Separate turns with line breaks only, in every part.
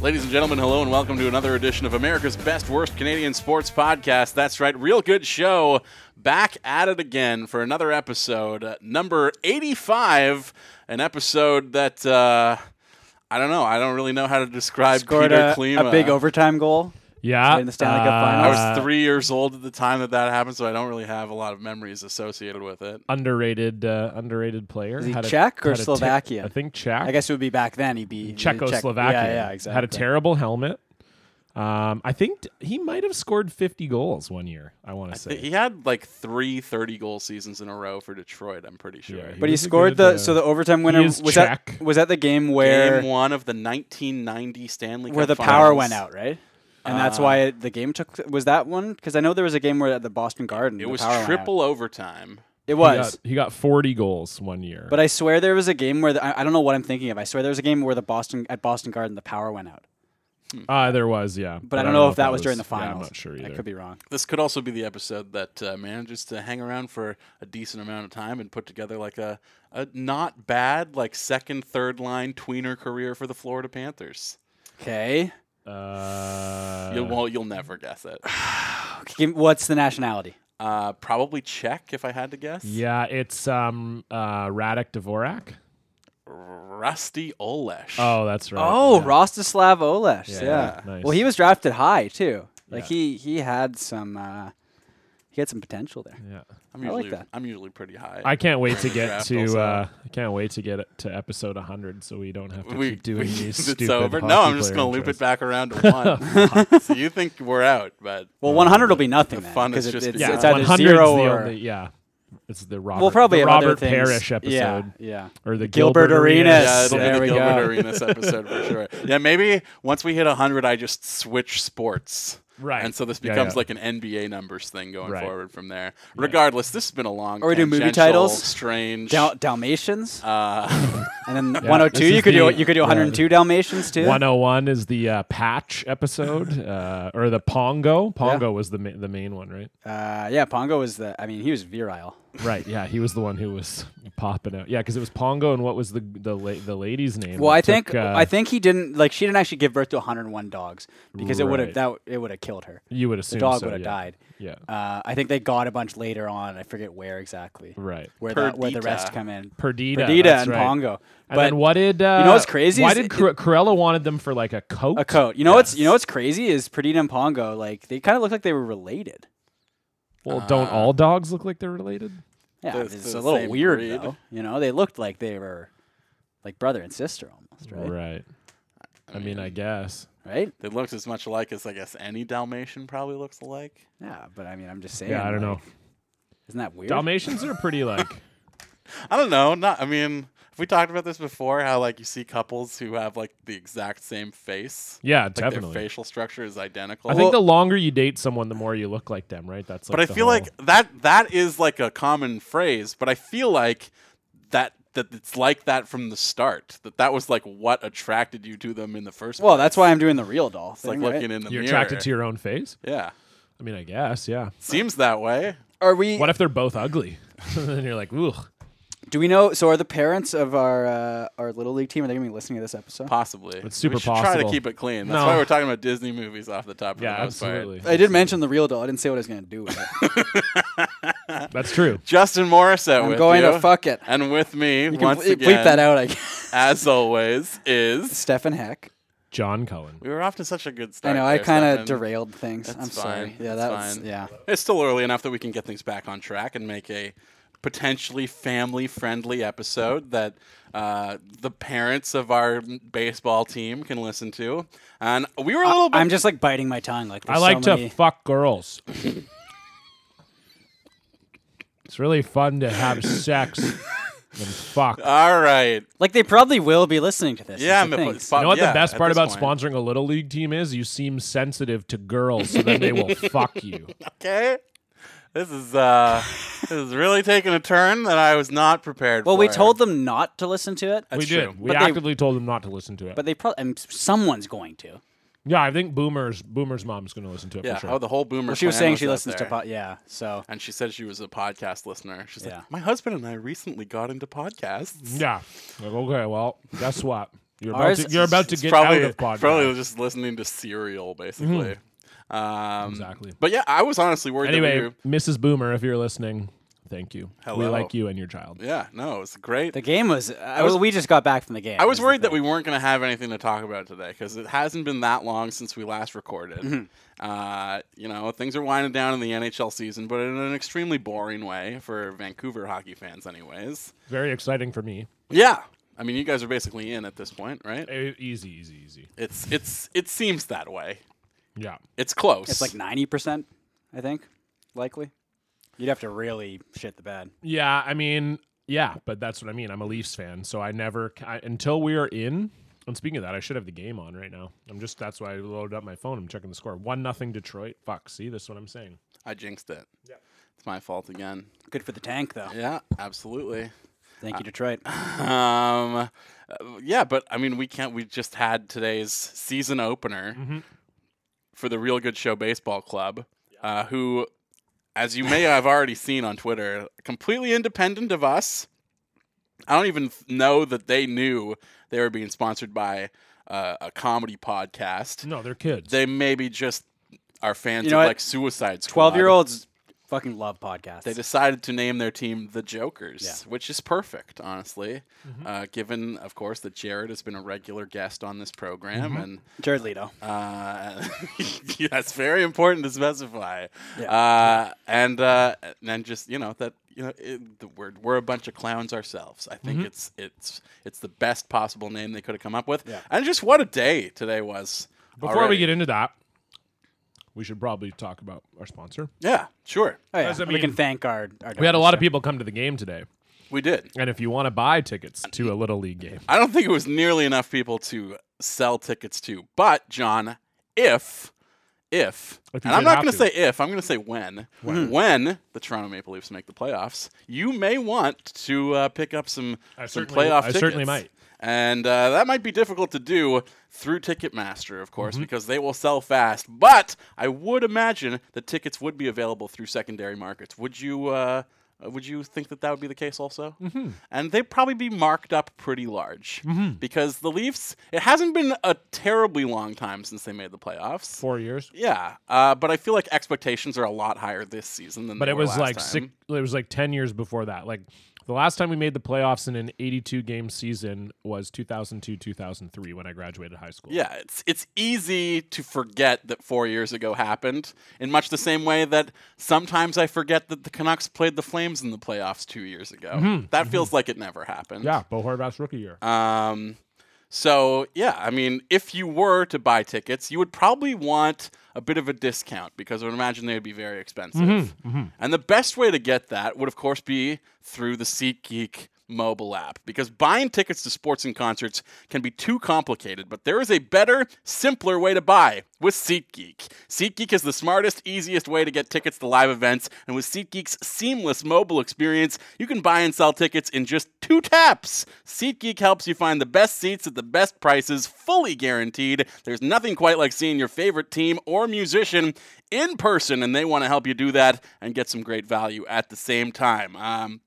Ladies and gentlemen, hello and welcome to another edition of America's Best Worst Canadian Sports Podcast. That's right, Real Good Show back at it again for another episode, uh, number 85, an episode that uh, I don't know, I don't really know how to describe
scored
Peter
a,
Klima.
a big Uh, overtime goal.
Yeah, uh,
in the Stanley Cup
I
Finals.
was three years old at the time that that happened, so I don't really have a lot of memories associated with it.
underrated, uh, underrated player.
Is he
Had a-
Czech or
had a ter-
Slovakian?
I think Czech.
I guess it would be back then. He'd be
Czechoslovakian.
Yeah, yeah, exactly.
Had a terrible helmet. Um, I think t- he might have scored 50 goals one year. I want to say.
He had like three 30 goal seasons in a row for Detroit, I'm pretty sure.
Yeah, he
But he
was a
scored
good,
the
uh,
so the overtime winner
is
was that
Czech.
was that the game where
Game one of the 1990 Stanley
where
Cup
the power
Finals. Uh,
went out, right? And that's why it, the game took was that one because I know there was a game where at the Boston Garden
It
the
was
power went out.
triple overtime.
It
He
was.
got, he got 40 goals one year.
But I swear there was a game where the, I, I don't know what I'm thinking of. I swear there was a game where the Boston at Boston Garden the power went out.
uh, there was, yeah.
But I don't know if that was during the finals.
Yeah, I'm not sure either.
I could be wrong.
This could also be the episode that uh, manages to hang around for a decent amount of time and put together like a, a not bad like second third line tweener career for the Florida Panthers.
Okay.
Uh,
you'll, well, you'll never guess it.
Okay, give- What's the nationality?
Uh, probably Czech, if I had to guess.
yeah, it's um, uh, Radek Dvorak.
Rusty Olesh.
Oh, that's right.
Oh,
yeah.
Rostislav Olesh. Yeah.
Yeah. Nice.
Well, he was drafted high too. Like
Yeah.
he he had some uh, he had some potential there.
Yeah.
I'm
I
usually,
like that.
I'm usually pretty high.
I can't wait to
During the
get
draft
to.
also.
Uh, I can't wait to get to episode 100, so we don't have to
We-
keep doing
we-
these.
it's
stupid
over. No,
hockey
I'm just
player
gonna loop
intros. Oh,
it back around to one. so you think we're out, but
Well, 100 will be nothing
the
then
fun is
because it,
just
it's,
the-
Yeah,
it's
Yeah.
either
100's
zero
the
or
only- yeah, it's the Robert.
well probably
the
on other
Robert
things.
Parrish episode
Yeah, yeah.
or the,
Gilbert Arenas.
yeah, it'll
There
be the
we
Gilbert
go.
Arenas episode for sure. Yeah, maybe once we hit 100, I just switch sports.
Right.
And so this
Yeah,
becomes
yeah.
like an NBA numbers thing going
Right.
forward from there. Regardless, this has been a long
Or we do movie
tangential,
titles.
Strange.
Dal- Dalmatians
uh,
and then
Yeah,
102
this
you
is
could do
the-
you could do
yeah,
102 Dalmatians too.
101 is the uh, patch episode, uh, or the Pongo. Pongo was the ma- the main one, right?
Uh, yeah, Pongo was the I mean he was virile.
Right. Yeah, he was the one who was popping out. Yeah, because it was Pongo, and what was the the la- the lady's name?
Well,
that
I think
took, uh,
I think he didn't like she didn't actually give birth to 101 dogs because it would have
Right.
that it would have killed her.
you would
The
assume
dog
so,
would have
yeah.
died.
Yeah.
Uh, I think they got a bunch later on. I forget where exactly.
Right.
Where the, where the rest
Perdita.
come in.
Perdita,
Perdita
that's
and
right.
Pongo. but
And then what did uh,
know what's crazy
Why
is
did
it-
Cor- Corella wanted them for like a coat?
a coat. You know what's you know what's crazy is Perdita and Pongo like they kind of look like they were related.
Well, don't
Ah.
all dogs look like they're related?
Yeah,
They're-
it's
they're the
a little
same
weird
breed.
though. You know, they looked like they were like brother and sister almost, right? Right.
I mean, I guess.
they looked as much alike as I guess any Dalmatian probably looks alike.
Yeah, but I mean, I'm just saying.
Yeah, I don't know.
like, Isn't that weird?
Dalmatians are pretty like
I don't know. Not. I mean, have we talked about this before? How like you see couples who have like the exact same face.
yeah,
Like
definitely.
their facial structure is identical.
I think the longer you date someone, the more you look like them, right? That's like
but I
the
feel
whole-
like that that is like a common phrase. But I feel like that that it's like that from the start. That that was like what attracted you to them in the first.
Well,
place.
that's why I'm doing the real doll.
It's like
thing, right?
looking in the
you're
mirror.
attracted to your own face.
Yeah,
I mean, I guess, yeah.
seems that way.
Are we?
What if they're both ugly? then you're like, ooh,
do we know? So are the parents of our uh, our little league team? Are they gonna be listening to this episode?
Possibly. It's
super
we should Try to
possible.
keep it clean. That's
No.
why we're talking about Disney movies off the top. Of
yeah,
the most part.
absolutely.
I did mention the real doll. I didn't say what I was gonna do with it.
That's true.
Justin Morissette.
I'm
with
going
you.
to fuck it.
And with me
You can
once
ble-
again,
bleep that out. I guess.
as always, is
Stefan Heck.
John Cullen.
we were off to such a good
I
start.
know. I
there,
kind of
Stefan.
derailed things.
That's
I'm sorry.
fine.
Yeah,
That's
that's
fine.
yeah.
It's still early enough that we can get things back on track and make a potentially family-friendly episode that uh, the parents of our baseball team can listen to. And we were a little bit.
I'm just like biting my tongue. Like
I like to
many...
fuck girls. it's really fun to have sex and fuck.
all right.
like they probably will be listening to this. is
Yeah, but-
the thing.
but-
You know what
yeah,
the best
at
part
this
about
point.
sponsoring a little league team is? You seem sensitive to girls, so then they will fuck you.
Okay. This is uh, this is really taking a turn that I was not prepared
Well,
for.
we told them not to listen to it,
That's
we
true.
did. We
But they-
actively told them not to listen to it.
but they probably and someone's going to.
yeah, I think Boomer's Boomer's mom's going to listen to it
Yeah.
for sure.
Oh, the whole boomer.
Well, she was
clan
saying
was
she
out
listens to
there.
pod. Yeah, so
And she said she was a podcast listener. She's
Yeah.
like, my husband and I recently got into podcasts.
yeah. Like, okay. Well, guess what? You're about
Ours
to, you're about to
It's
get
probably,
out of podcast.
probably just listening to Serial, basically. Um,
Mm-hmm. Exactly.
But yeah, I was honestly worried. that we
Anyway,
were-
Mrs. Boomer, if you're listening, thank you. We
Hello.
like you and your child.
yeah, no, it's great.
the game was. I
was-
we just got back from the game.
I was
is the
worried that
thing.
we weren't going to have anything to talk about today because it hasn't been that long since we last recorded.
Mm-hmm.
Uh, you know, things are winding down in the NHL season, but in an extremely boring way for Vancouver hockey fans, anyways.
Very exciting for me.
Yeah, I mean, you guys are basically in at this point, right?
E- Easy, easy, easy.
It's it's it seems that way.
Yeah.
It's close.
it's like ninety percent. I think likely. You'd have to really shit the bed.
Yeah, I mean, yeah, but that's what I mean. I'm a Leafs fan, so I never I, until we are in. And speaking of that, I should have the game on right now. I'm just that's why I loaded up my phone. I'm checking the score. One nothing Detroit. Fuck. See, this is what I'm saying.
I jinxed it. Yeah, it's my fault again.
Good for the tank, though.
Yeah, absolutely.
Thank you, Detroit.
Um, uh, yeah, but I mean, we can't. We just had today's season opener
Mm-hmm.
for the Real Good Show Baseball Club, uh, who, as you may have already seen on Twitter, completely independent of us. I don't even th- know that they knew they were being sponsored by uh, a comedy podcast.
No, they're kids.
They maybe just are fans
You know
of
what?
like Suicide Squad.
Twelve-year-olds fucking love podcasts.
They decided to name their team the Jokers,
Yeah. Mm-hmm.
which is perfect, honestly, uh, given, of course, that Jared has been a regular guest on this program.
Mm-hmm.
And
Jared Leto.
uh, yeah, that's very important to specify.
Yeah.
Uh, and, uh, and just, you know, that. You know, it, the word we're a bunch of clowns ourselves. I
Mm-hmm.
think it's it's it's the best possible name they could have come up with.
Yeah.
And just what a day today was.
Before we get into that, we should probably talk about our sponsor.
yeah, sure,
Oh yeah,
does that
we can
mean?
thank our. our
We had a lot of people come to the game today,
we did.
and if you want to buy tickets to a little league game,
I don't think it was nearly enough people to sell tickets to. But John, if if,
If you
and I'm
did
not
have
going to
to. Hmm.
say if, I'm going to say when, when the Toronto Maple Leafs make the playoffs, you may want to uh, pick up some,
I
some
certainly-
playoff
I
tickets.
certainly might.
And uh, that might be difficult to do through Ticketmaster, of
Mm-hmm.
course, because they will sell fast. But I would imagine that tickets would be available through secondary markets. Would you? Uh, uh, would you think that that would be the case also? Mm-hmm. And they'd probably be marked up pretty large
Mm-hmm.
because the Leafs. It hasn't been a terribly long time since they made the playoffs.
four years.
Yeah, uh, but I feel like expectations are a lot higher this season than.
But
they
it
were
was
last
like
time.
six. It was like ten years before that. Like the last time we made the playoffs in an 82 game season was 2002 2003 when I graduated high school.
Yeah, it's it's easy to forget that four years ago happened in much the same way that sometimes I forget that the Canucks played the Flames in the playoffs two years ago. That feels like it never happened.
Mm-hmm. Yeah, Bo Horvat's rookie year.
Uh,
Um, so yeah, I mean, if you were to buy tickets, you would probably want a bit of a discount because I would imagine they would be very expensive. And the best way to get that would, of course, be through the SeatGeek mobile app because buying tickets to sports and concerts can be too complicated. But there is a better, simpler way to buy with SeatGeek. SeatGeek is the smartest, easiest way to get tickets to live events, and with SeatGeek's seamless mobile experience, you can buy and sell tickets in just two taps. SeatGeek helps you find the best seats at the best prices, fully guaranteed. There's nothing quite like seeing your favorite team or musician in person, and they want to help you do that and get some great value at the same time. Um,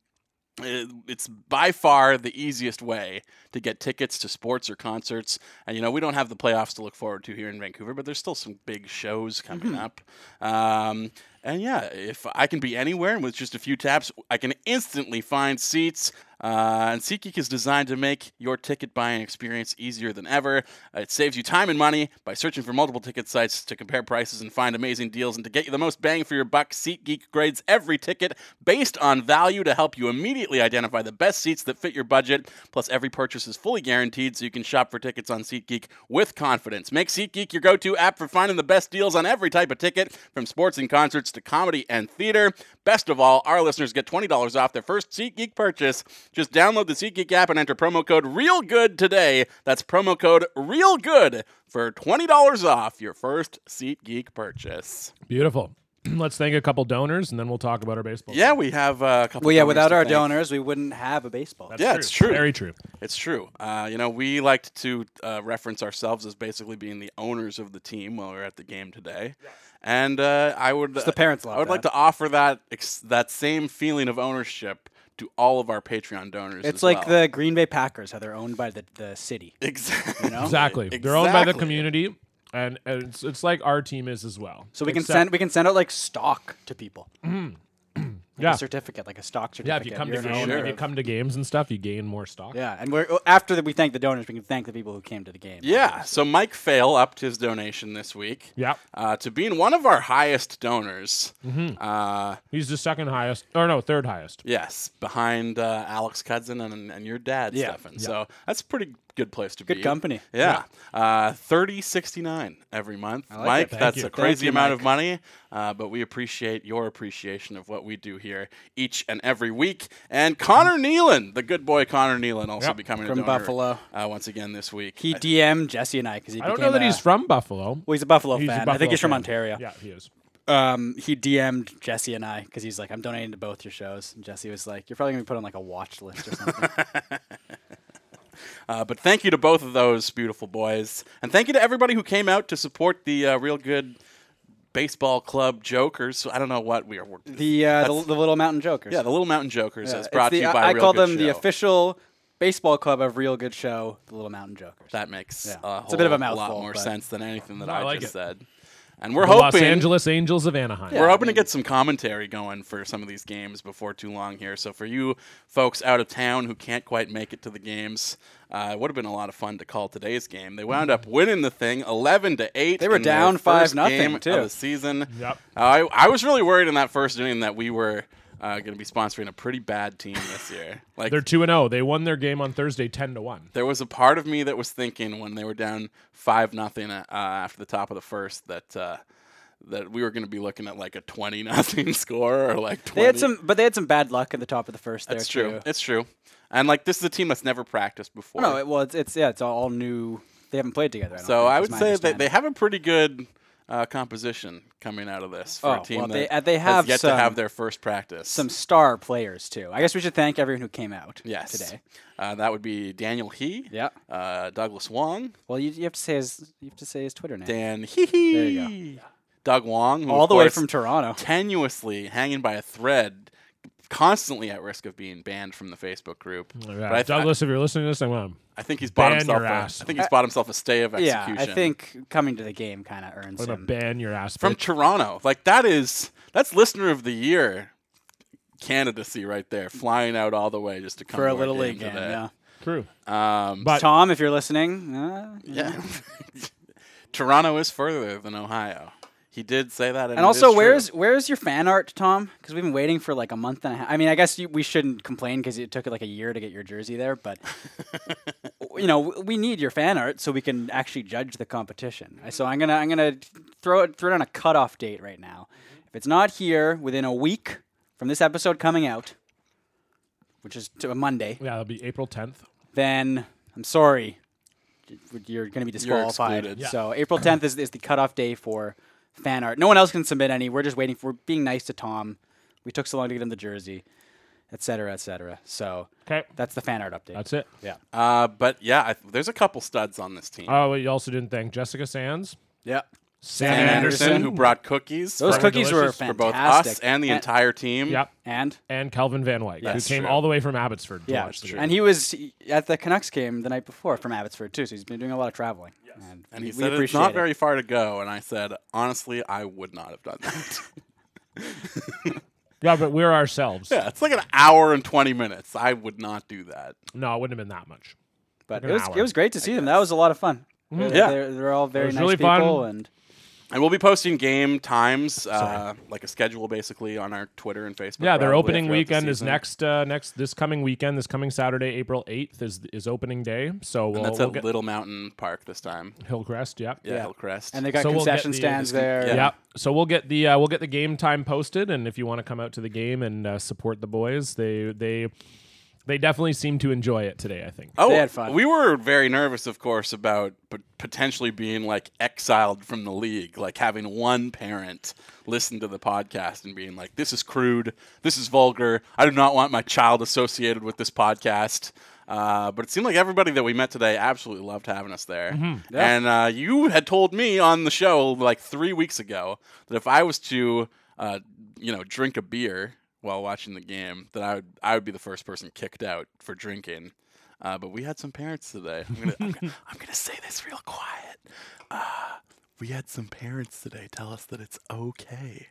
it- it's by far the easiest way to get tickets to sports or concerts. And, you know, we don't have the playoffs to look forward to here in Vancouver, but there's still some big shows coming up. Um, and, yeah, if I can be anywhere and with just a few taps, I can instantly find seats. Uh, and SeatGeek is designed to make your ticket buying experience easier than ever. Uh, It saves you time and money by searching for multiple ticket sites to compare prices and find amazing deals. And to get you the most bang for your buck, SeatGeek grades every ticket based on value to help you immediately identify the best seats that fit your budget. Plus, every purchase is fully guaranteed, so you can shop for tickets on SeatGeek with confidence. Make SeatGeek your go to app for finding the best deals on every type of ticket, from sports and concerts to comedy and theater. Best of all, our listeners get $20 off their first SeatGeek purchase. Just download the SeatGeek app and enter promo code REALGOOD today. That's promo code REALGOOD for $20 off your first SeatGeek purchase.
Beautiful. Let's thank a couple donors, and then we'll talk about our baseball.
Yeah, we have uh, a couple.
Well, yeah,
donors
without
to
our
thank.
donors, we wouldn't have a baseball.
That's
Yeah, it's true.
Very true.
It's true. Uh, you know, we liked to uh, reference ourselves as basically being the owners of the team while we were at the game today, and uh, I would
the parents love
I would like
that.
to offer that ex- that same feeling of ownership to all of our Patreon donors.
It's like the Green Bay Packers, how they're owned by the, the city.
the exactly.
You know?
Exactly. They're owned by the
Exactly.
community, and, and it's, it's like our team is as well.
So we can
Except-
send we can send out like stock to people. Like
Yeah.
a certificate, like a stock certificate.
Yeah, if you come to
You're an
games,
owner
if you
of-
come to games and stuff, you gain more stock.
Yeah, and we're oh, after that we thank the donors, we can thank the people who came to the game.
Yeah. So Mike Fail upped his donation this week.
Yeah.
Uh, to being one of our highest donors.
Mm-hmm.
Uh,
He's the second highest, or no, third highest.
yes, behind uh, Alex Cudson and, and your dad,
Yeah.
Stefan. So that's a pretty good place to be.
Good company.
Yeah. Uh, 30 69 every month.
like
Mike,
it.
Thank
that's
you.
a crazy
you,
amount
Mike.
of money, uh, but we appreciate your appreciation of what we do here each and every week. And Connor Nealon, the good boy Connor Nealon, also
Yep.
becoming
From
a donor,
Buffalo.
uh, once again this week.
He DM'd Jesse and I because he
I don't
became
know that
a-
he's from Buffalo.
well, he's a Buffalo
He's a
fan. I
Buffalo
think he's from
fan.
Ontario.
Yeah, he is.
Um, he DM'd Jesse and I because he's like, I'm donating to both your shows. And Jesse was like, You're probably gonna be put on like a watch list or something.
Uh, but thank you to both of those beautiful boys, and thank you to everybody who came out to support the uh, real good baseball club Jokers. I don't know what we are.
the, uh, the the little mountain jokers.
yeah, the Little Mountain Jokers.
Yeah,
is
it's
brought
the-
to you
I-
by
I
real
call
good
them the
Show.
official baseball club of Real Good Show, the Little Mountain Jokers.
That makes
Yeah.
a,
It's a bit of a
whole lot
mouthful,
more
but-
sense than anything that
No,
I,
I like
just
it.
said. And we're
The
hoping
Los Angeles Angels of Anaheim.
We're hoping to get some commentary going for some of these games before too long here. So for you folks out of town who can't quite make it to the games, uh, it would have been a lot of fun to call today's game. They wound up winning the thing, eleven to eight.
They were
in their
down
first
5-0
game
too.
Of the season.
Yep.
Uh, I I was really worried in that first inning that we were uh, going to be sponsoring a pretty bad team this year. Like
They're two and zero. They won their game on Thursday, ten to one.
there was a part of me that was thinking when they were down five nothing uh, after the top of the first that uh, that we were going to be looking at like a twenty nothing score or like 20.
They had some, but they had some bad luck at the top of the first.
That's
there,
true.
too.
It's true. And like this is a team that's never practiced before.
No, it, well, it's, it's yeah, it's all new. They haven't played together. I don't
so
think,
I
is
would
my
say that they
understanding.
have a pretty good uh, composition coming out of this for
Oh,
a team
well,
that
they- uh, they
has
have
yet to
some-
have their first practice.
some star players too. I guess we should thank everyone who came out.
yes.
Today.
Uh, that would be Daniel He.
Yeah.
Uh, Douglas Wong.
Well, you, you have to say his you have to say his Twitter name.
Dan Hee Hee.
There you go.
Doug Wong. who,
All
of
the way
course,
from Toronto.
tenuously hanging by a thread, constantly at risk of being banned from the Facebook group. But I, th-
Douglas, if you're listening to this, I'm um,
I think he's bought
ban
himself.
your
A, I
ass.
think he's bought himself a stay of
Yeah,
execution.
I think coming to the game kind of earns
I'm gonna
him.
ban your ass.
from
bitch.
Toronto. Like that is that's listener of the year candidacy right there, flying out all the way just to come
For
to
a
our
little
game
league game, yeah.
today.
true.
Um,
But-
Tom, if you're listening, uh,
yeah, Toronto is further than Ohio. He did say that,
And also, where's where's your fan art, Tom? Because we've been waiting for like a month and a half. I mean, I guess you, we shouldn't complain because it took like a year to get your jersey there, but you know, w- we need your fan art so we can actually judge the competition. So I'm gonna I'm gonna throw it throw down a cutoff date right now. If it's not here within a week from this episode coming out, which is to a Monday,
Yeah, it'll be April 10th.
then I'm sorry, you're going to be
excluded.
disqualified.
Yeah.
So April 10th is, is the cutoff day for fan art. No one else can submit any. We're just waiting for. We're being nice to Tom. We took so long to get him the jersey, et cetera, et cetera. So
Okay,
that's the fan art update.
that's it.
yeah.
Uh, but yeah, I, there's a couple studs on this team.
Oh, you also didn't thank Jessica Sands,
Yeah.
Sam,
Sam
Anderson.
Anderson, who brought cookies.
Those
for-
cookies were
delicious
fantastic.
for both us and the
A-
entire team.
Yep.
And?
And Calvin Van Wyk, who
That's
came
true.
all the way from Abbotsford to
Yeah.
watch the game.
And he was at the Canucks game the night before from Abbotsford, too. So he's been doing a lot of traveling. And,
And he
we, we
said it's
appreciate
not
it.
very far to go. And I said, honestly, I would not have done that.
Yeah, but we're ourselves.
yeah, it's like an hour and twenty minutes. I would not do that.
No, it wouldn't have been that much.
But
an
it was,
hour, Mm-hmm.
it was great to see them. That was a lot of fun. They're,
Yeah.
They're, they're all very
was
nice
really fun.
people. And
And we'll be posting game times, uh, like a schedule basically, on our Twitter and Facebook.
Yeah, their
probably
opening
throughout the
weekend is
season.
next uh, next this coming weekend, this coming Saturday, April 8th is is opening day. So we'll,
And that's
we'll
at
get
Little Mountain Park this time.
Hillcrest, yeah.
Yeah, Hillcrest.
And they got
So we'll get
concession
the- uh,
stands there.
Yeah. So we'll get the uh, we'll get the game time posted, and if you want to come out to the game and uh, support the boys, they they They definitely seem to enjoy it today. I think.
Oh,
They had fun.
we were very nervous, of course, about p- potentially being like exiled from the league, like having one parent listen to the podcast and being like, "This is crude. This is vulgar. I do not want my child associated with this podcast." Uh, but it seemed like everybody that we met today absolutely loved having us there.
Yeah.
And uh, you had told me on the show like three weeks ago that if I was to, uh, you know, drink a beer while watching the game, that I would I would be the first person kicked out for drinking. Uh, but we had some parents today. I'm gonna, I'm, gonna, I'm gonna say this real quiet. Uh, we had some parents today tell us that it's okay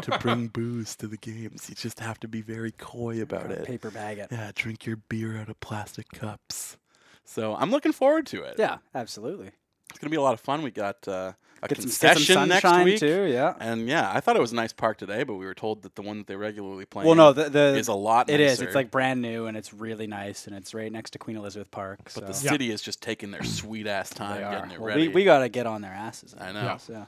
to bring booze to the games. You just have to be very coy about it.
Paper bag it.
Yeah, drink your beer out of plastic cups. So I'm looking forward to it.
Yeah, absolutely.
It's gonna be a lot of fun. We got uh, a
Get some, get
concession
some
next
sunshine
week,
too. Yeah.
and yeah, I thought it was a nice park today, but we were told that the one that they regularly play
Well,
in
no, the, the
is a lot.
It is.
nicer,
It's like brand new and it's really nice and it's right next to Queen Elizabeth Park. so
but the city is just taking their sweet ass time
they
getting
are.
it
Well,
ready.
we we got to get on their asses.
I
think,
know.
So,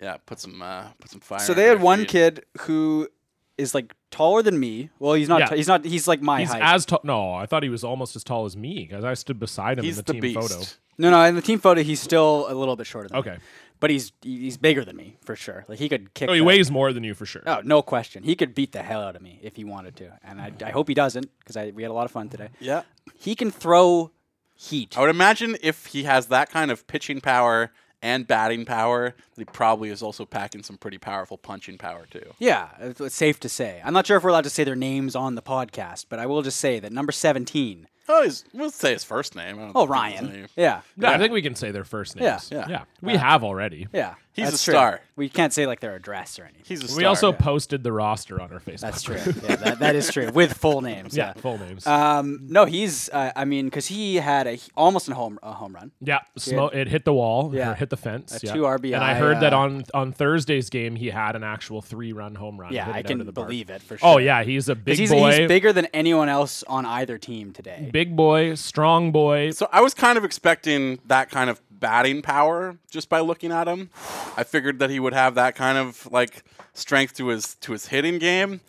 yeah, put some uh, put some fire.
so
in
they
their
had one
feet.
kid who is like taller than me. Well, he's not.
Yeah.
t- he's not. He's like my
He's
height.
as tall. No, I thought he was almost as tall as me because I stood beside him
He's
in
the,
the, team
beast.
photo.
no, no. In the team photo, he's still a little bit shorter than me.
Okay.
But he's he- he's bigger than me for sure. Like he could kick.
Oh, he
the-
weighs more than you for sure.
Oh, no question. He could beat the hell out of me if he wanted to, and I, I hope he doesn't because I we had a lot of fun today.
Yeah,
He can throw heat.
I would imagine if he has that kind of pitching power and batting power, that he probably is also packing some pretty powerful punching power too.
Yeah, it's it's safe to say. I'm not sure if we're allowed to say their names on the podcast, but I will just say that number 17.
Oh, he's, we'll say his first name. I don't
Oh,
think there's any-
Ryan. Yeah.
No, I think we can say their first
Yeah.
names.
Yeah.
We have already.
Yeah.
He's a
that's true.
star.
We can't say like their address or anything.
He's a star.
We also posted the roster on our Facebook.
That's true. Yeah, that, that is true. With full names.
Yeah,
Yeah.
full names.
Um, no, he's, uh, I mean, because he had a almost a home, a home run.
yeah, smo- it hit the wall.
Yeah.
or hit the fence.
A
yeah.
two RBI,
And I heard that
uh,
on on Thursday's game, he had an actual three run home run.
Yeah,
hit it
I
out
can
of the park.
believe it for sure.
Oh yeah, he's a big
'Cause He's,
boy.
he's bigger than anyone else on either team today.
big boy, strong boy.
So I was kind of expecting that kind of batting power just by looking at him. I figured that he would have that kind of like strength to his to his hitting game.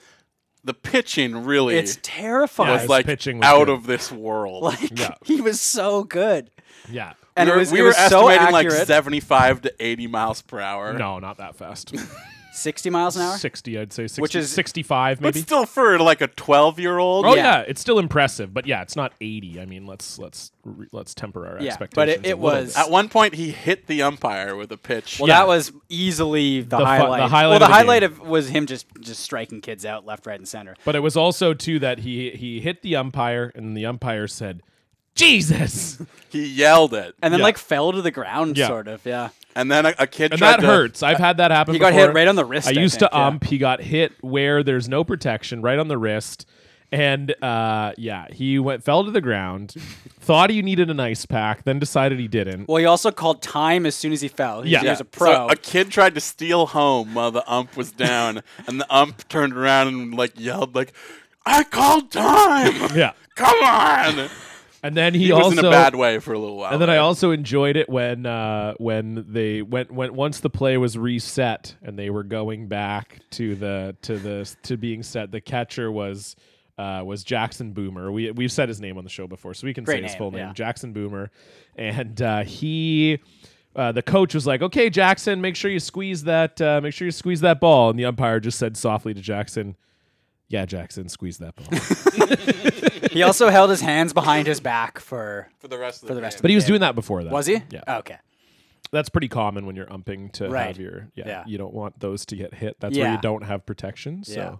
The pitching really
It's terrifying.
Yeah,
was
his
like
pitching was
out
good.
of this world.
like,
Yeah.
he was so good.
yeah.
And
we were,
it was,
we
it
were
was so
estimating
accurate.
like 75 to 80 miles per hour.
No, not that fast.
60 miles an hour?
Sixty, I'd say. 60,
Which is-
sixty-five,
But
maybe.
still for like a 12 year old.
Oh
Yeah.
yeah. it's still impressive, but yeah, it's not 80. I mean, let's let's re- let's temper our
Yeah,
expectations.
but it-
a
it
little
was-
bit.
At one point, he hit the umpire with a pitch.
Well, that was easily the,
fu- the
highlight.
highlight
Well,
of
the,
the
highlight
game.
of was him just just striking kids out left, right, and center.
But it was also too that he he hit the umpire and the umpire said, "Jesus."
he yelled it.
And then
Yeah.
like fell to the ground,
Yeah.
sort of. Yeah.
And then a, a kid
And
tried
that
to,
hurts. I've had that happen
He got
before.
hit right on the wrist,
I
I
used
think,
to
yeah.
ump. He got hit where there's no protection, right on the wrist. And uh, yeah, he went fell to the ground, thought he needed an ice pack, then decided he didn't.
Well, he also called time as soon as he fell. He,
Yeah.
he was a
So
pro.
a kid tried to steal home while the ump was down, and the ump turned around and like yelled like, "I called time!
Yeah.
Come on!"
And then he,
He
also
was in a bad way for a little while.
And then I also enjoyed it when uh, when they went when once the play was reset and they were going back to the to the to being set. The catcher was uh, was Jackson Boomer. We we've said his name on the show before, so we can
Great
say his
name,
full name,
yeah.
Jackson Boomer, and uh, he. Uh, the coach was like, "Okay, Jackson, make sure you squeeze that. Uh, make sure you squeeze that ball." And the umpire just said softly to Jackson, "Yeah, Jackson, squeeze that ball."
he also held his hands behind his back for.
for the rest of
For
the,
the rest
but he was doing that before that.
Was he? Oh,
Yeah.
okay.
that's pretty common when you're umping to
Right.
have your yeah,
Yeah.
you don't want those to get hit that's where
Yeah.
you don't have protection so
Yeah.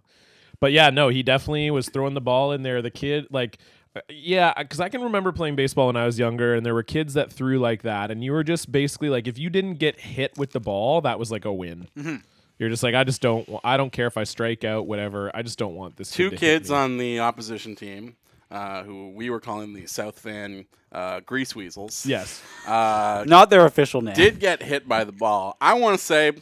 but yeah no he definitely was throwing the ball in there the kid like uh, yeah because i can remember playing baseball when i was younger and there were kids that threw like that and you were just basically like if you didn't get hit with the ball that was like a win
Mm-hmm.
you're just like i just don't wa- i don't care if i strike out whatever i just don't want this
two
kid to hit
kids
me.
on the opposition team, uh, who we were calling the South Van uh, Grease Weasels.
yes
Uh,
Not their official name.
did get hit by the ball. I want to say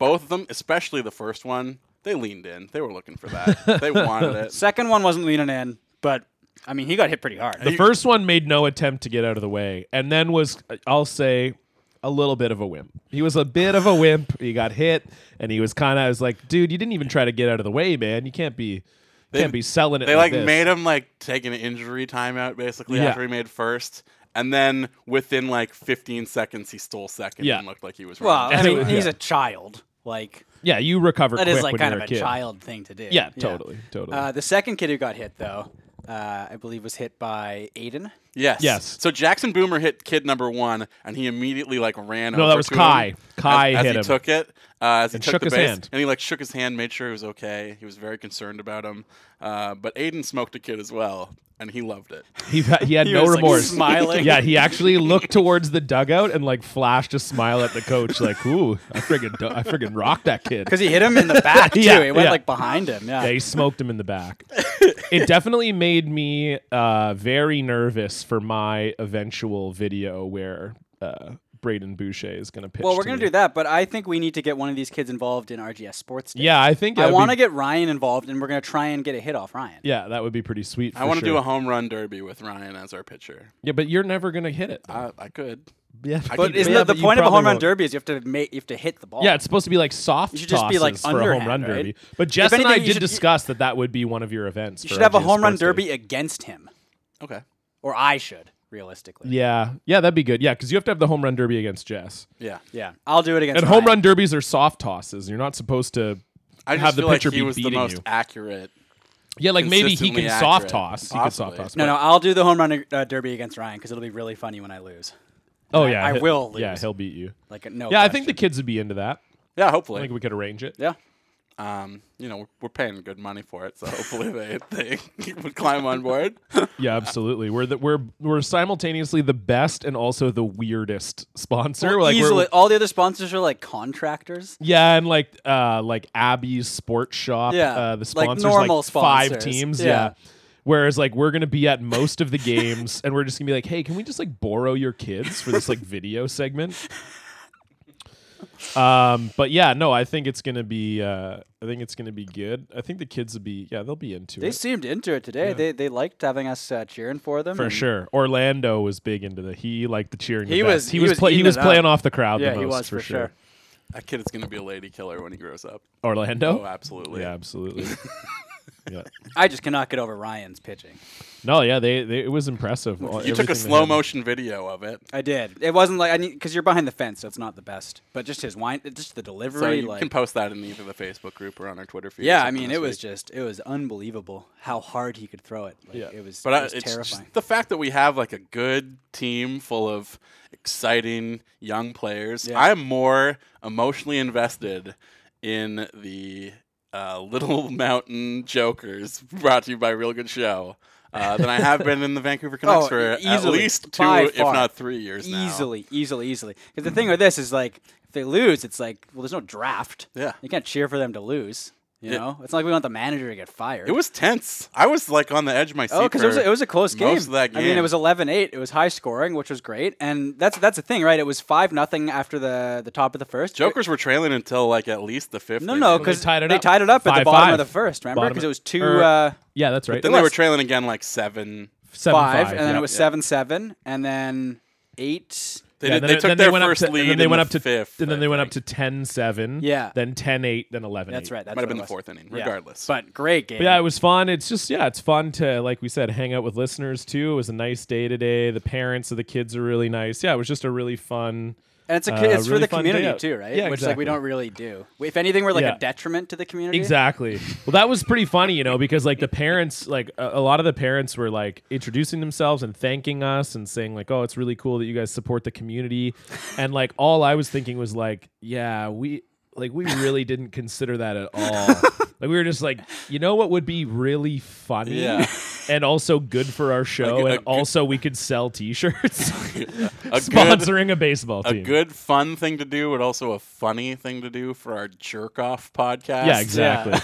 both of them, especially the first one, they leaned in. They were looking for that. they wanted it.
Second one wasn't leaning in, but I mean, he got hit pretty hard.
the first one made no attempt to get out of the way and then was i'll say a little bit of a wimp he was a bit of a wimp he got hit and he was kind of i was like dude you didn't even try to get out of the way man you can't be
They-
can't be selling it.
They like
this.
made him like take an injury timeout basically
Yeah.
after he made first, and then within like 15 seconds he stole second
Yeah.
and looked like he was
Well,
running.
I mean,
Anyway,
he's
yeah.
a child. Like
Yeah, you recover.
that
quick
is like
when
kind
you're
of a
a, kid.
child thing to do.
Yeah, totally, totally.
Uh, the second kid who got hit though, uh, I believe was hit by Aiden.
yes,
Yes.
So Jackson Boomer hit kid number one, and he immediately like ran.
No, that
over
was
to
Kai.
him
Kai
as, as
hit
he
him.
took it. Uh, as he
And
took
shook
the
his
base,
hand.
and he like shook his hand, made sure he was okay. He was very concerned about him. Uh, but Aiden smoked a kid as well, and he loved it.
He, he had
He
no
was, like,
remorse.
smiling.
Yeah, he actually looked towards the dugout and like flashed a smile at the coach, like, "Ooh, I friggin' do- I friggin' rocked that kid."
Because he hit him in the back too.
Yeah,
it went
yeah.
like behind him. Yeah.
They smoked him in the back. It definitely made me uh, very nervous for my eventual video where uh, Braden Boucher is going to pitch.
well, we're
to
gonna
me.
do that, but I think we need to get one of these kids involved in RGS Sports. Day.
Yeah, I think
I want to
get.
get Ryan involved, and we're gonna try and get a hit off Ryan.
Yeah, that would be pretty sweet.
I
want to
do a home run derby with Ryan as our pitcher.
Yeah, but you're never going to hit it.
I, I could.
yeah,
But isn't
yeah,
that the
but you
point of a
probably
home run
won't.
derby is you have to make you have to hit the ball.
Yeah, it's supposed to be like soft
You should just be, like,
tosses for a home
underhand,
run
right?
derby. But Jess
anything,
and I
you
did
should-
discuss that that would be one of your events.
you
for
should have a
RGS
home run
Sports Day.
derby against him,
Okay.
or I should realistically.
Yeah, yeah, that'd be good. Yeah, because you have to have the home run derby against Jess.
Yeah.
Yeah, I'll do it against.
And home
Ryan.
run derbies are soft tosses. You're not supposed to
I just
have the
feel like
pitcher
he
be
was the
beating
most
you.
accurate.
Yeah, like maybe he
consistently
can
accurate,
soft toss. He can soft
possibly.
toss.
No,
but-
no, I'll do the home run uh, derby against Ryan because it'll be really funny when I lose.
Oh yeah,
I
he'll-
will
Yeah,
lose.
he'll beat you.
Like no.
Yeah, I
question.
think the kids would be into that.
Yeah,
I
hopefully.
think we could arrange it.
Yeah.
Um, you know, we're, we're paying good money for it, so hopefully they they would climb on board.
Yeah, absolutely. We're the, we're we're simultaneously the best and also the weirdest sponsor.
Well,
like we're-
easily, all the other sponsors are like contractors.
Yeah, and like uh like Abby's sports shop.
Yeah,
Uh, the
like
sponsors
normal
five
sponsors.
teams.
Yeah.
Yeah. Whereas like we're gonna be at most of the games and we're just gonna be like, hey, can we just like borrow your kids for this like video segment? Um, but yeah, no, I think it's gonna be uh I think it's gonna be good. I think the kids will be yeah, they'll be into
They
it.
seemed into it today. They they liked having us uh, cheering for them.
For
and-
sure, Orlando was big into the. He liked the cheering. the
He
best.
was-
he
he
was
was
play- he
eating
was
it
playing
up.
off the crowd.
Yeah,
the most,
he was
for sure.
That kid is gonna be a lady killer when he grows up.
Orlando.
Oh, absolutely.
yeah, absolutely. yeah.
I just cannot get over Ryan's pitching.
No, yeah, they, they it was impressive. All-
You took
everything they
a slow
had.
motion video of it,
I did. It wasn't like I need because you're behind the fence, so it's not the best. But just his wine, just the delivery.
so you
like,
can post that in either the Facebook group or on our Twitter feed. or
yeah, I
something
mean,
this
it was
week.
just it was unbelievable how hard he could throw it. Like,
Yeah.
it was,
But
it
I,
was
it's just
terrifying.
the fact that we have like a good team full of exciting young players.
Yeah.
I'm more emotionally invested in the uh, Little Mountain Jokers, brought to you by Real Good Show, uh, than I have been in the Vancouver Canucks
Oh,
for
e-
at
easily,
least two,
by
if
far.
not three years now.
easily, easily, easily. Because the thing with this is like, if they lose, it's like, well, there's no draft.
Yeah.
you can't cheer for them to lose. You
Yeah.
know, it's not like we want the manager to get fired.
It was tense. I was like on the edge of my seat.
Oh, because it was,
for
it was a close game.
most of that
I mean,
game.
it was 11-8. It was high scoring, which was great, and that's that's the thing, right? It was five nothing after the the top of the first.
Jokers were trailing until like at least the fifth.
No,
they
no,
did.
because
tied it
they
up.
tied it up at the bottom
5-5.
of the first. Remember,
Bottom
because it
of-
was two
or-
uh,
Yeah, that's right.
then they were
was-
trailing again like seven.
Seven,
five, and then
yeah.
it was seven seven, and then eight.
They,
Yeah,
did,
then
they
it-
took
then
their
went up
first
to- and
lead.
Then they
in
went
the
up to
fifth.
And then
I
they went
think.
up to 10-7.
Yeah.
Then 10-8, then 11
That's right. That's
Might
what
have been
it
the
was.
fourth inning,
Yeah.
regardless.
But great game.
But yeah, it was fun. It's just yeah, it's fun to like we said, hang out with listeners too. It was a nice day today. The parents of the kids are really nice. Yeah, it was just a really fun.
and it's a,
uh,
it's for
really
the
fun
community
day out.
too, right?
Yeah,
Which like we
exactly.
don't really do. If anything, we're like
Yeah.
a detriment to the community.
Exactly. Well, that was pretty funny, you know, because like the parents, like a, a lot of the parents were like introducing themselves and thanking us and saying like, "Oh, it's really cool that you guys support the community," and like all I was thinking was like, "Yeah, we." Like we really didn't consider that at all. like we were just like, you know what would be really funny
Yeah.
and also good for our show,
Like a
and
good-
also we could sell T-shirts,
a good,
sponsoring a baseball
a
team.
good fun thing to do, but also a funny thing to do for our jerk off podcast.
yeah, exactly.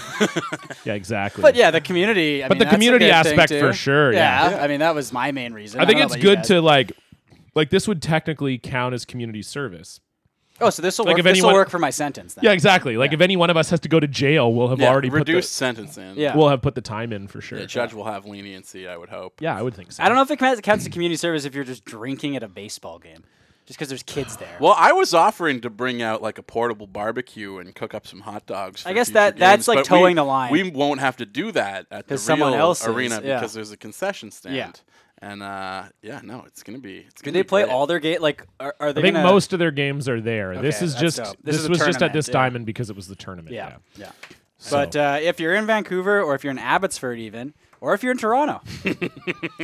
yeah, exactly.
But yeah, the community. I
But
mean,
the
that's a
community
good thing,
aspect
too.
for sure, yeah.
I mean, that was my main reason.
I
don't
think
know
it's
about you
good
guys.
to like like this would technically count as community service.
Oh, so this will
like,
work.
if
This will
anyone-
work for my sentence then.
Yeah, exactly. Like if any one of us has to go to jail, we'll have
Yeah,
already
reduced sentencing.
Yeah.
put the, we'll have put the time in for sure.
The judge will have leniency, I would hope.
Yeah, I would think so.
I don't know if it counts counts as community service if you're just drinking at a baseball game. just because there's kids there.
Well, I was offering to bring out like a portable barbecue and cook up some hot dogs. For
I guess
future
that- that's,
games,
like,
but we,
towing the line.
We won't have to do that at the
'Cause someone
real
else is,
arena
yeah.
because there's a concession stand.
Yeah.
And uh, yeah, no, it's gonna be. It's
Do
gonna
they
be
play
great.
all their gate? Like, are, are they?
I think
gonna-
most of their games are there. this
Okay,
is
that's
just
dope. This
this,
is a
was just at this
tournament, yeah.
diamond because it was the tournament.
Yeah,
Yeah.
yeah.
So-
But uh, if you're in Vancouver, or if you're in Abbotsford, even, or if you're in Toronto,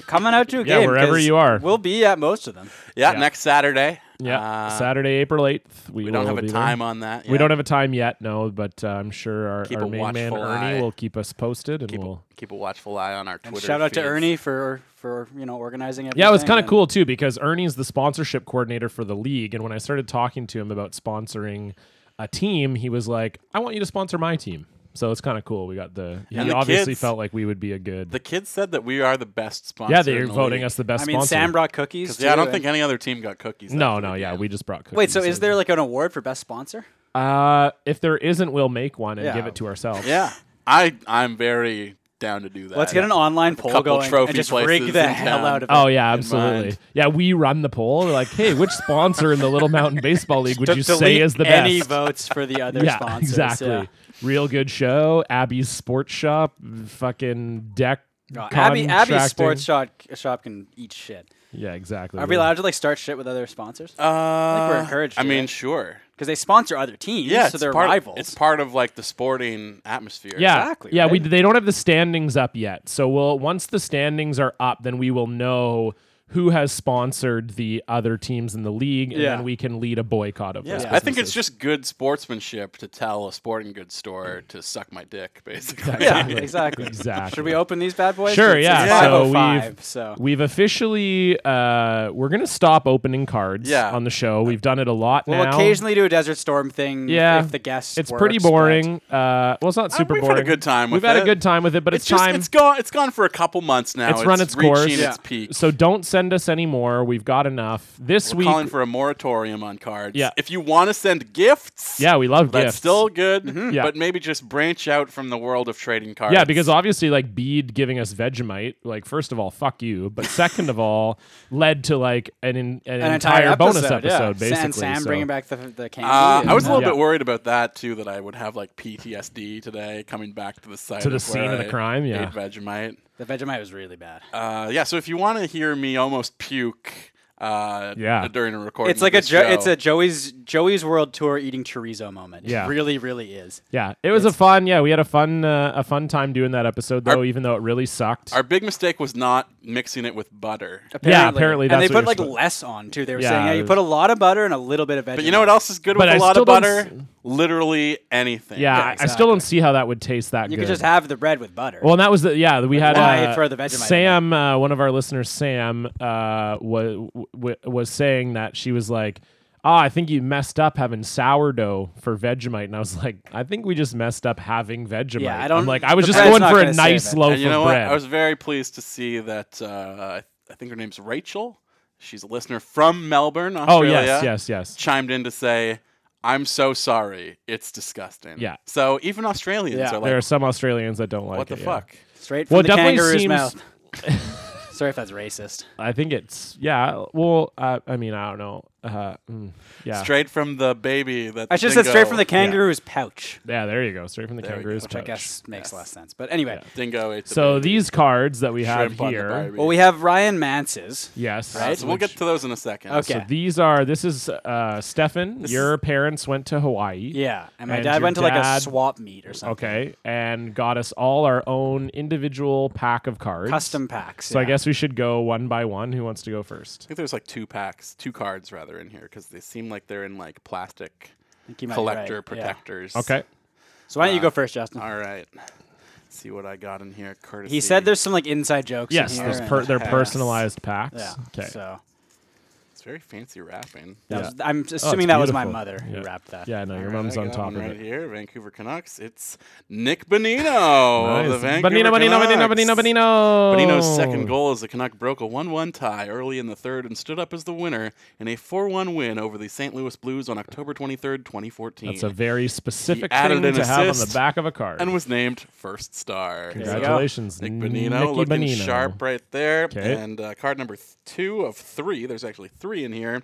coming out to a
Yeah,
game
wherever
'cause
you are.
we'll be at most of them.
Yeah,
Yeah.
next Saturday.
Yeah,
Uh,
Saturday, April eighth. We,
We don't
will
have a
be there.
time on that.
We
yet.
don't have a time yet, no. But uh, I'm sure our,
Keep
our
a
main man
watchful
Ernie
eye.
will keep us posted, and
keep a,
we'll.
keep a watchful eye on our
And
Twitter.
shout out to
feeds.
Ernie for for you know organizing everything.
Yeah, it was kind of
and-
cool too because Ernie's the sponsorship coordinator for the league, and when I started talking to him about sponsoring a team, he was like, "I want you to sponsor my team." So it's kind of cool. We got the. He
And the
obviously
kids-
felt like we would be a good.
The kids said that we are the best sponsor.
yeah,
in
they're
the
voting
league.
us the best
I mean,
sponsor.
Sam brought cookies.
Yeah, I
too,
don't
and-
think any other team got cookies.
no,
after the
no, yeah,
game.
we just brought. Cookies
Wait, so
and-
is there like an award for best sponsor?
Uh, if there isn't, we'll make one and
Yeah.
give it to ourselves.
Yeah, I I'm very down to do that. Uh,
Let's get an online poll
couple
going
trophy
and just
places
rig the
in
hell
town.
out of it.
Oh yeah,
in
absolutely.
mind.
Yeah, we run the poll. We're like, hey, which sponsor in the Little Mountain Baseball League would
D-
you say
delete
is the
Any
best?
votes for the other
yeah,
sponsors?
exactly.
yeah.
Real good show. Abby's Sports Shop. Fucking deck.
Oh, Abby, Abby's
contracting.
sports shop, shop can eat shit.
Yeah, exactly.
Are we allowed to like start shit with other sponsors?
Uh, I
we're encouraged
I
to,
mean,
right?
sure.
Because they sponsor other teams,
Yeah,
so
it's
they're
part,
rivals.
It's part of like the sporting atmosphere.
Yeah,
Exactly,
yeah. We
right?
they don't have the standings up yet, so we'll once the standings are up, then we will know who has sponsored the other teams in the league, and
Yeah.
then we can lead a boycott of those.
Yeah.
I think it's
businesses.
just good sportsmanship to tell a sporting goods store to suck my dick, basically.
yeah, exactly.
exactly.
Should we open these bad boys?
Sure,
It's-
yeah.
It's
Yeah.
So
5:05,
we've-
so
We've officially uh, we're gonna stop opening cards
Yeah.
on the show. We've done it a lot
we'll
now.
occasionally do a Desert Storm thing
Yeah,
if the guests
it's
were
pretty
upset.
boring. Uh, well, it's not super
we've had a
boring.
good time
We've
with
had
it.
a good time with it, but it's,
It's just
time.
it's gone it's gone for a couple months now.
it's run its
reaching
course.
its
Yeah.
peak.
So don't send us any more. We've got enough this
We're
week.
calling for a moratorium on cards.
Yeah.
If you want to send gifts,
yeah, we love
that's
gifts.
still good.
Mm-hmm.
Yeah.
But maybe just branch out from the world of trading cards. Uh,
yeah, because obviously, like Bede giving us Vegemite, like first of all, fuck you, but second of all, led to like an in, an,
An
entire, bonus
episode, yeah.
episode, basically.
And Sam
so.
bringing back the, the candy.
Uh, I was a little
Yeah.
bit worried about that too. That I would have like PTSD today, coming back to the site
To the
of
scene
where
of the
I
crime,
ate
yeah.
Vegemite.
the Vegemite was really bad.
Uh, yeah. So if you want to hear me almost puke, uh,
Yeah.
during a recording,
It's
of
like a
this
jo-
show,
it's a Joey's Joey's World Tour eating chorizo moment.
Yeah.
it really, really is.
Yeah, it was a fun. Yeah, we had a fun uh, a fun time doing that episode though, even though it really sucked.
Our big mistake was not mixing it with butter.
Yeah, apparently
and they
that's what
put
you're
like
supposed-
less on too. They were
Yeah,
saying, yeah,
it
you
was-
put a lot of butter and a little bit of Vegemite.
But you know what else is good
But
with
I
a lot
still
of
don't
butter?
s-
Literally anything.
yeah, I- I
exactly.
still don't see how that would taste that
You
good.
could just have the bread with butter.
well, and that was the yeah we had
Why
uh,
throw the Vegemite in
Sam, uh, one of our listeners, Sam, uh, was w- was saying that she was like, "Oh, I think you messed up having sourdough for Vegemite," and I was like, "I think we just messed up having Vegemite."
Yeah, I
I'm
don't-
like I was
the
just
bread's
going
not
for a
gonna save
nice
it.
loaf
And you know
of
what?
bread.
I was very pleased to see that. Uh, I think her name's Rachel. She's a listener from Melbourne,
oh
Australia.
yes, yes, yes.
chimed in to say, "I'm so sorry. It's disgusting."
Yeah.
So even Australians
Yeah.
are
There are
like,
some Australians that don't like
"What the
it, yeah.
fuck?"
Straight from
Well, it
the
definitely
kangaroo's
seems-
mouth. Sorry if that's racist.
I think it's yeah. Well, uh, I mean, I don't know. Uh, mm, yeah,
Straight from the baby. That
I should have said straight from the kangaroo's pouch,
yeah. There you go, straight from the
There we go.
kangaroo's
which I
pouch.
guess makes less sense. But anyway,
dingo. Ate the
So
baby.
these cards that we have
Shrimp on the
here,
Barbie.
well, we have Ryan Manses.
yes,
Uh, so we'll
which-
get to those in a second.
Okay.
So these are. This is uh, Stefan.
This
your parents went to Hawaii.
Yeah, and my
And
dad
your
went to like a
dad-
swap meet or something.
Okay, and got us all our own individual pack of cards,
Custom packs.
So I
yeah.
guess we should go one by one. Who wants to go
I
first?
think there's like two packs, two cards rather in here because they seem like they're in like plastic
I think you might be right,
collector uh,
yeah.
protectors.
Okay.
So why don't you go first, Justin?
All right. see what I got in here, courtesy.
He said there's some like inside jokes. in
Yes,
here
there's
and-
per- they're
packs.
personalized packs.
yeah.
Okay.
So
It's very fancy wrapping.
that
Yeah. Oh,
was, I'm assuming that was my
beautiful.
mother who
Yeah.
wrapped that.
Yeah, no, your
All
mom's
I
on
got
top
one
of
right
it.
here, Vancouver Canucks. It's Nick Bonino of the
Nice.
Vancouver
Bonino, Bonino,
Canucks.
Bonino, Bonino, Bonino.
Bonino's second goal as the Canuck broke a 1-1 tie early in the third and stood up as the winner in a 4-1 win over the St. Louis Blues on October 23rd, 2014.
That's a very specific
added
thing
an
to have on the
assist
back of a card.
and was named first star.
you go.
Congratulations,
Nick
Nicky
Bonino looking
Bonino.
sharp right there.
'Kay.
And uh, card number th- two of three. There's actually three three in here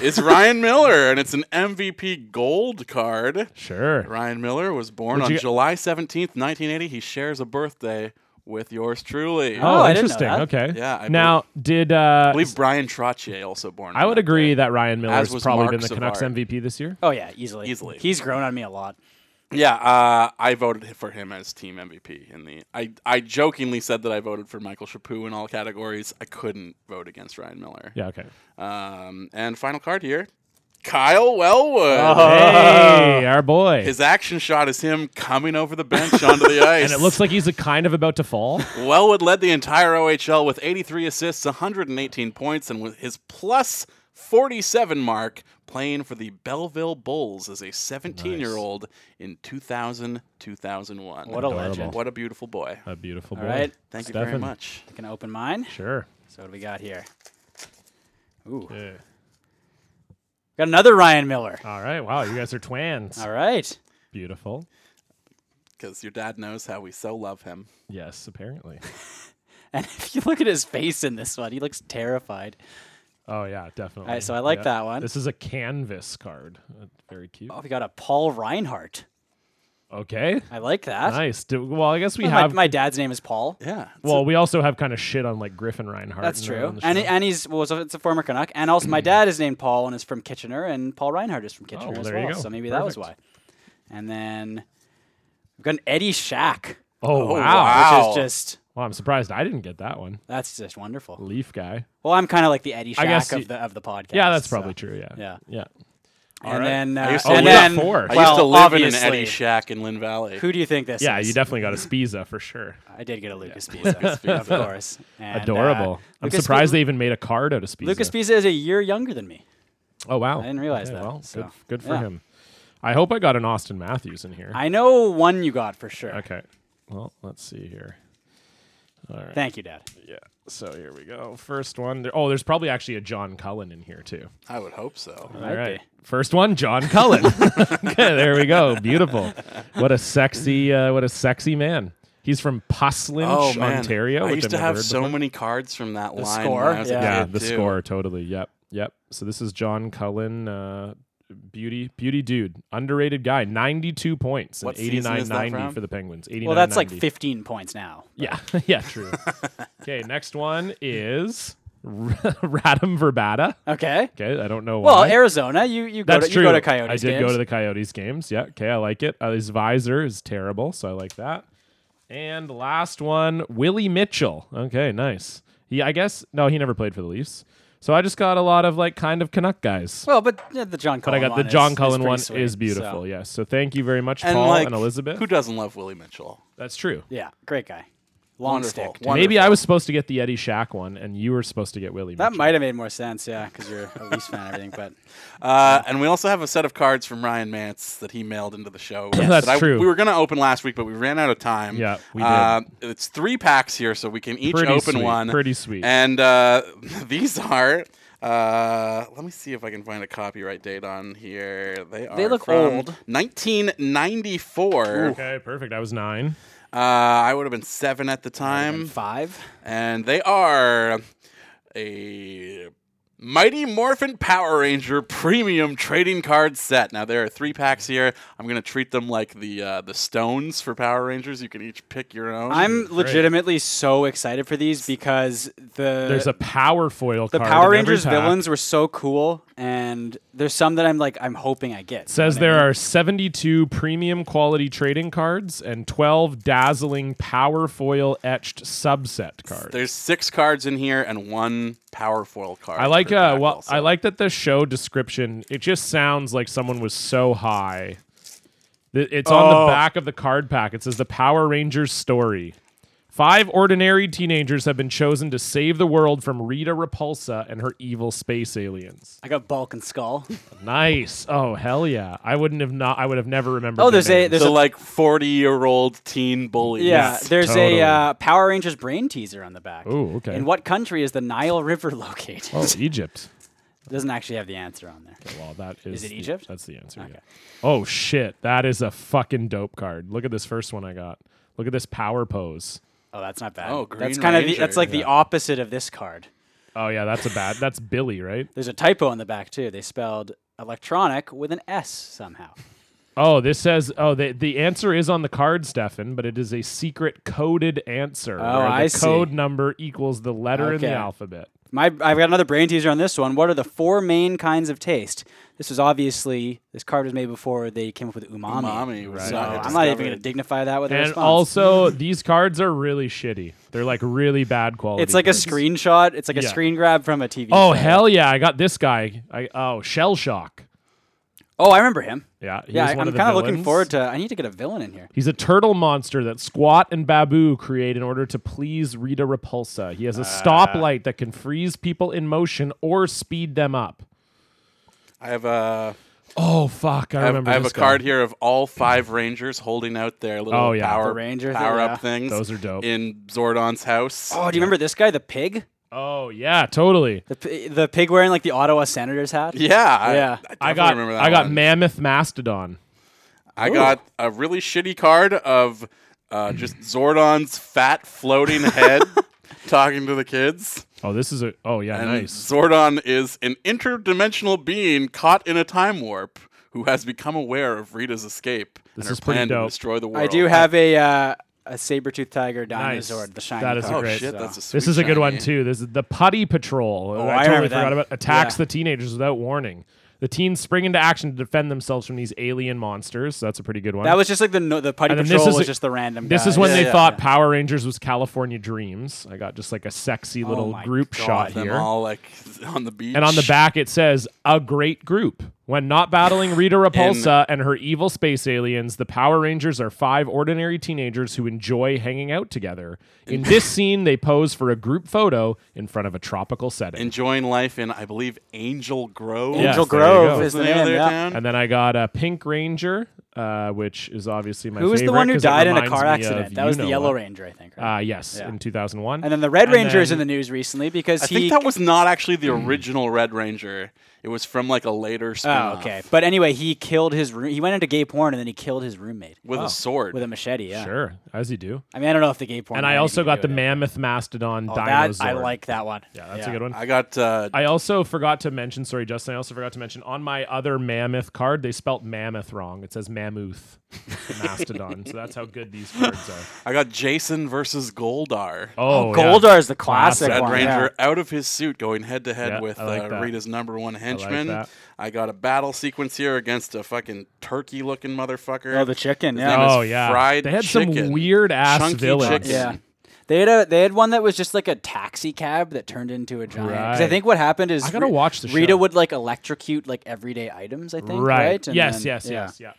is Ryan Miller, and it's an MVP gold card.
Sure.
Ryan Miller was born
Where'd
on
you get-
July 17th, 1980. He shares a birthday with yours truly.
Oh,
I didn't know
interesting.
that.
Okay.
Yeah, I
now, did uh,
I believe Brian Trottier also born.
I
on
would
that
agree
day.
that Ryan Miller's
was
probably
Mark
been the Canucks
Savard.
MVP this year.
Oh yeah, easily.
Easily.
He's grown on me a lot.
Yeah, uh, I voted for him as team MVP in the. I, I jokingly said that I voted for Michael Chaput in all categories. I couldn't vote against Ryan Miller.
Yeah. Okay.
Um, and final card here, Kyle Wellwood.
Oh.
Hey, our boy.
His action shot is him coming over the bench onto the ice.
and it looks like he's a kind of about to fall.
Wellwood led the entire OHL with 83 assists, 118 points, and with his plus 47 mark playing for the Belleville Bulls as a 17 year old in 2000 2001.
What a legend.
What a beautiful boy.
a beautiful boy.
All right.
Thank you very
Stefan.
much.
Can I open mine?
Sure.
So what do we got here? Ooh.
Yeah.
Got another Ryan Miller.
All right. Wow, you guys are twins.
All right.
Beautiful.
Because your dad knows how we so love him.
Yes, apparently.
And if you look at his face in this one, he looks terrified.
Oh yeah, definitely.
so I like
Yeah.
that one.
This is a canvas card. That's very cute.
Oh, we got a Paul Reinhardt.
Okay.
I like that.
Nice. Do, well, I guess we
My-
have.
my dad's name is Paul.
Yeah.
well, we also have kind of shit on like Griffin Reinhardt.
That's
and they're
true.
on the
And,
show. Mm.
he- and he's well, so it's a former Canuck. And also, my dad is named Paul and is from Kitchener, and Paul Reinhardt is from Kitchener
Oh, well,
as
there you
well.
go.
So maybe that was why.
Perfect.
And then we've got an Eddie Shack,
oh, wow.
wow.
which is just
Well, I'm surprised I didn't get that one.
that's just wonderful.
Leaf guy.
Well, I'm kind of like the Eddie
I guess
Shack of
you-
the of the podcast.
Yeah, that's
so-
probably true. Yeah.
Yeah.
Yeah.
And then
I
uh,
used to
and
live-
then
Four. I
I
used
well,
used to live in an
obviously,
Eddie shack in Lynn Valley.
Who do you think this
Yeah,
is?
you definitely got a Spiza for sure.
I did get a Lucas Pisa, of course. And, uh,
Adorable. I'm
Lucas
surprised
Pi-
they even made a card out of Spiza.
Lucas Pisa is a year younger than me.
Oh wow! I
didn't realize that,
Well,
so,
good, good for
yeah.
him. I hope I got an Austin Matthews in here.
I know one you got for sure.
okay. Well, let's see here.
Thank you, Dad.
Yeah. So here we go. First one. there- oh, there's probably actually a John Cullen in here too.
I would hope so.
All right.
be.
First one, John Cullen. okay, there we go. Beautiful. What a sexy, uh, what a sexy man. He's from Puslinch,
Oh man,
Ontario.
I
which
used
I've
to
never
have
heard
so
before.
many cards from that line. when
score,
I was a
yeah.
Yeah,
kid,
the
too.
score totally. Yep, yep. So this is John Cullen, uh, beauty, beauty dude, underrated guy. Ninety-two points
What
and
season is that
eighty-nine ninety
from?
for the Penguins. Eighty-nine.
Well, that's like
90.
15 points now.
Yeah, yeah, true. okay, next one is Radam Verbata.
Okay.
Okay, I don't know why.
Well, Arizona, you you go,
that's
to,
true.
you go to Coyotes.
I did
games.
go to the Coyotes games. Yeah. Okay, I like it. Uh, his visor is terrible, so I like that. And last one, Willie Mitchell. Okay, nice. He, I guess, no, he never played for the Leafs. So I just got a lot of like kind of Canuck guys.
Well, but yeah, the John
But I
Cullen
got the
one
John
is- is
Cullen
pretty
one
sweet,
is
so-
beautiful. Yes. So thank you very much,
And
Paul
like,
and Elizabeth.
Who doesn't love Willie Mitchell?
That's true.
Yeah, great guy. Long
Wonderful.
stick.
Wonderful.
Maybe I was supposed to get the Eddie Shack one, and you were supposed to get Willie.
That
Mitchell.
might have made more sense, yeah, because you're a Leafs fan and everything. But
Uh, and we also have a set of cards from Ryan Mance that he mailed into the show.
That's
that I-
true.
We were going to open last week, but we ran out of time.
Yeah, we did.
Uh, it's three packs here, so we can each
Pretty
open
sweet,
one.
pretty sweet.
And uh, these are. Uh, let me see if I can find a copyright date on here. They are
look
from
old.
1994.
Okay, perfect. I was nine.
Uh, I would have been seven at the
um,
time.
five.
and they are a Mighty Morphin Power Ranger premium trading card set. Now there are three packs here. I'm gonna treat them like the uh, the stones for Power Rangers. You can each pick your own.
I'm legitimately so excited for these because the
There's a power foil.
Uh, the
card
Power
in every
Rangers
pack.
villains were so cool, and there's some that I'm like I'm hoping I get.
Says there are 72 premium quality trading cards and 12 dazzling power foil etched subset cards.
There's six cards in here and one power foil card.
I like
per
uh
pack
well
also.
I like that the show description it just sounds like someone was so high. Th- It's on the back of the card pack. It says the Power Rangers story. Five ordinary teenagers have been chosen to save the world from Rita Repulsa and her evil space aliens.
I got Bulk and Skull.
Nice. Oh hell yeah. I wouldn't have not I would have never remembered.
Oh,
their
there's a
names.
there's
the
a
like 40 year old teen bullies.
Yeah, there's
totally.
a uh, Power Rangers brain teaser on the back.
Ooh, okay.
In what country is the Nile River located?
Oh, Egypt.
It doesn't actually have the answer on there.
Well, that is.
it
the-
Egypt?
that's the answer. Yeah. Oh shit! That is a fucking dope card. Look at this first one I got. Look at this power pose.
Oh, that's not bad.
Oh, Green
that's kind of the,
Ranger,
that's like the
yeah.
opposite of this card.
Oh yeah, that's a bad. That's Billy, right?
There's a typo on the back too. They spelled electronic with an S somehow.
Oh, this says. Oh, the the answer is on the card, Stefan, but it is a secret coded answer.
Oh,
where the
I see.
code number equals the letter in the
Okay.
alphabet.
My, I've got another brain teaser on this one. What are the four main kinds of taste? This was obviously this card was made before they came up with umami.
Umami, right.
So
Yeah,
I'm not
discovered.
even going to dignify that with a
And
response.
also, these cards are really shitty. They're like really bad quality.
it's like a
cards.
screenshot. It's like a
Yeah.
screen grab from a TV.
Oh
show.
hell yeah! I got this guy. I oh shell shock.
Oh, I remember him.
Yeah, he
yeah,
was
I,
one
I'm
of the
kind of looking
villains.
forward to. I need to get a villain in here.
He's a turtle monster that Squat and Babu create in order to please Rita Repulsa. He has a stoplight that can freeze people in motion or speed them up.
I have a
Oh fuck!
I
I,
have,
remember.
I have a
this guy.
card here of all five Rangers holding out their little
Oh, yeah.
power
The ranger thing,
power up
yeah.
things.
Those are dope.
in Zordon's house.
Oh, do you remember this guy, the pig?
Oh yeah, totally.
The p- the pig wearing like the Ottawa Senators hat.
yeah,
Yeah.
I,
I
definitely
got.
Remember that
I got
one.
Mammoth Mastodon.
I got a really shitty card of uh, just Zordon's fat floating head talking to the kids.
Oh, this is a. Oh yeah,
And
nice.
Zordon is an interdimensional being caught in a time warp who has become aware of Rita's escape and
This
her
is pretty
plan to
dope.
destroy the world.
I do have a uh, a saber toothed tiger
Nice.
dinosaur, the shiny.
That is a
Oh
card,
great-
shit,
so-
that's a sweet
This is a good one
shiny. Oh,
too. This is the Putty Patrol. I,
I
totally
remember
forgot
that.
about. Attacks
Yeah.
the teenagers without warning. The teens spring into action to defend themselves from these alien monsters. So that's a pretty good one.
That was just like the no, the putty
And then
patrol
this is
was
a-
just the random.
This
guy.
is when
Yeah,
they
yeah,
thought Power Rangers was California Dreams. I got just like a sexy little
Oh my
group
God,
shot
Them
here.
all like on the beach.
and on the back it says a great group. When not battling Rita Repulsa and her evil space aliens, the Power Rangers are five ordinary teenagers who enjoy hanging out together. In this scene, they pose for a group photo in front of a tropical setting.
enjoying life in I believe Angel Grove.
Yeah.
Angel
Yes, there you
Grove
go.
is
Is
the
the name of
name.
their
Yeah.
town?
and then I got a Pink Ranger, uh, which is obviously my
Who was
favorite.
the one who
'cause it
died in a
reminds
car
me of
accident? That
you
was the
know
Yellow
what.
Ranger, I think. Right?
Uh, yes,
Yeah.
in 2001.
and then the Red
and
Ranger is
then-
in the news recently because
I
he.
think that was not actually the
Hmm.
original Red Ranger. It was from like a later spin
oh, okay. But anyway, he killed his. Room, he went into gay porn and then he killed his roommate Oh.
with
Oh,
a sword.
with a machete. Yeah.
Sure, as you do.
I mean, I don't know if the gay porn.
And
had
I also
anything to
got the
do with it.
Mammoth Mastodon
Oh,
Dinosaur.
that I like that one.
Yeah, that's a good one.
I got uh,
I also forgot to mention, sorry, Justin, I also forgot to mention on my other Mammoth card, they spelt Mammoth wrong. It says Mammoth Mastodon. so that's how good these cards are.
I got Jason versus Goldar.
Oh, yeah.
Goldar is the classic,
Classic.
Red
one. yeah.
Ranger out of his suit, going head to
Yeah,
head with
I like
uh,
that.
Rita's number one henchman. I,
that.
got a battle sequence here against a fucking turkey looking motherfucker.
Oh, the chicken.
name
Yeah.
is
Oh, yeah.
fried
they had
chicken.
some weird ass
Chunky
villains.
chicken.
Yeah. They had a they had one that was just like a taxi cab that turned into a giant. Because I
Right.
think what happened is
I gotta watch the
Rita
show.
would like electrocute like everyday items. I think
Right.
right. And
Yes,
then-
yes,
yeah.
yes, yeah.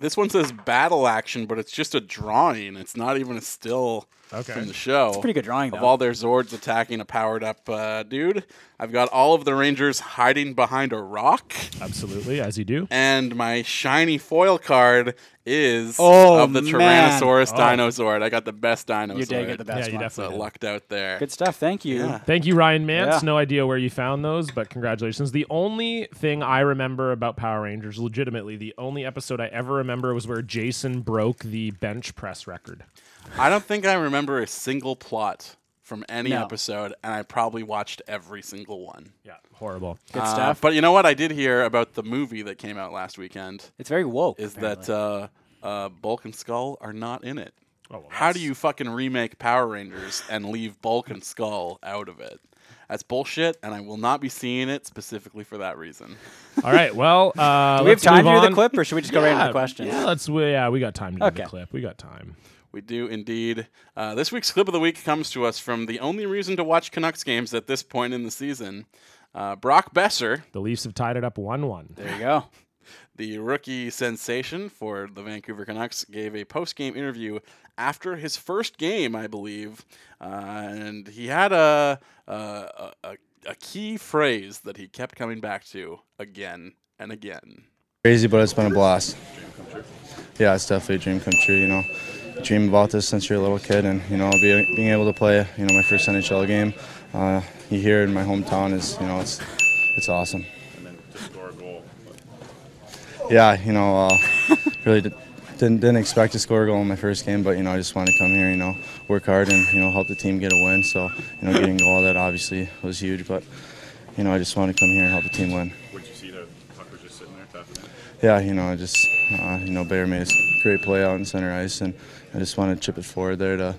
This one says battle action, but it's just a drawing. It's not even a still
Okay.
from the show. It's a
pretty good drawing,
Of
though.
all their Zords attacking a powered up uh, dude, I've got all of the Rangers hiding behind a rock,
Absolutely, as you do.
and my shiny foil card is
Oh,
of the
man.
Tyrannosaurus Dinozord. I got the best Dinosaur.
You did get the best
Oh. Yeah, you
one.
definitely-
So lucked out there.
Good stuff. Thank you.
Yeah.
Thank you, Ryan Mance.
Yeah.
No idea where you found those, but congratulations. The only thing I remember about Power Rangers, legitimately, the only episode I ever remember was where Jason broke the bench press record.
I don't think I remember a single plot from any
No.
episode, and I probably watched every single one.
Yeah, horrible.
Good
Uh,
stuff.
But you know what I did hear about the movie that came out last weekend
it's very woke.
is
apparently.
that uh, uh, Bulk and Skull are not in it.
Oh, well,
How do
that's-
you fucking remake Power Rangers and leave Bulk and Skull out of it? That's bullshit, and I will not be seeing it specifically for that reason.
All right. Well, uh,
do we have
let's
time
move
to do
on. Uh,
the clip, or should we just go right into the questions?
Yeah, let's. We, yeah, we got time to do
Okay.
the clip. We got time.
We do indeed. Uh, this week's clip of the week comes to us from the only reason to watch Canucks games at this point in the season. Uh, Brock Besser,
The Leafs have tied it up one-one.
There you go.
the rookie sensation for the Vancouver Canucks, gave a post game interview after his first game, I believe, uh, and he had a, a a a- a key phrase that he kept coming back to again and again.
Crazy, but it's been a blast. Yeah, it's definitely a dream come true. You know, You dream about this since you're a little kid, and you know, be, being able to play, you know, my first NHL game uh, here in my hometown is, you know, it's it's awesome. Yeah, you know, uh, really d- didn't didn't expect to score a goal in my first game, but you know I just wanted to come here, you know, work hard and you know help the team get a win. So you know getting a goal that obviously was huge, but you know I just wanted to come here and help the team win.
What you see there, the puck was just sitting there tapping it.
Yeah, you know I just uh, you know Bayer made a great play out in center ice, and I just wanted to chip it forward there to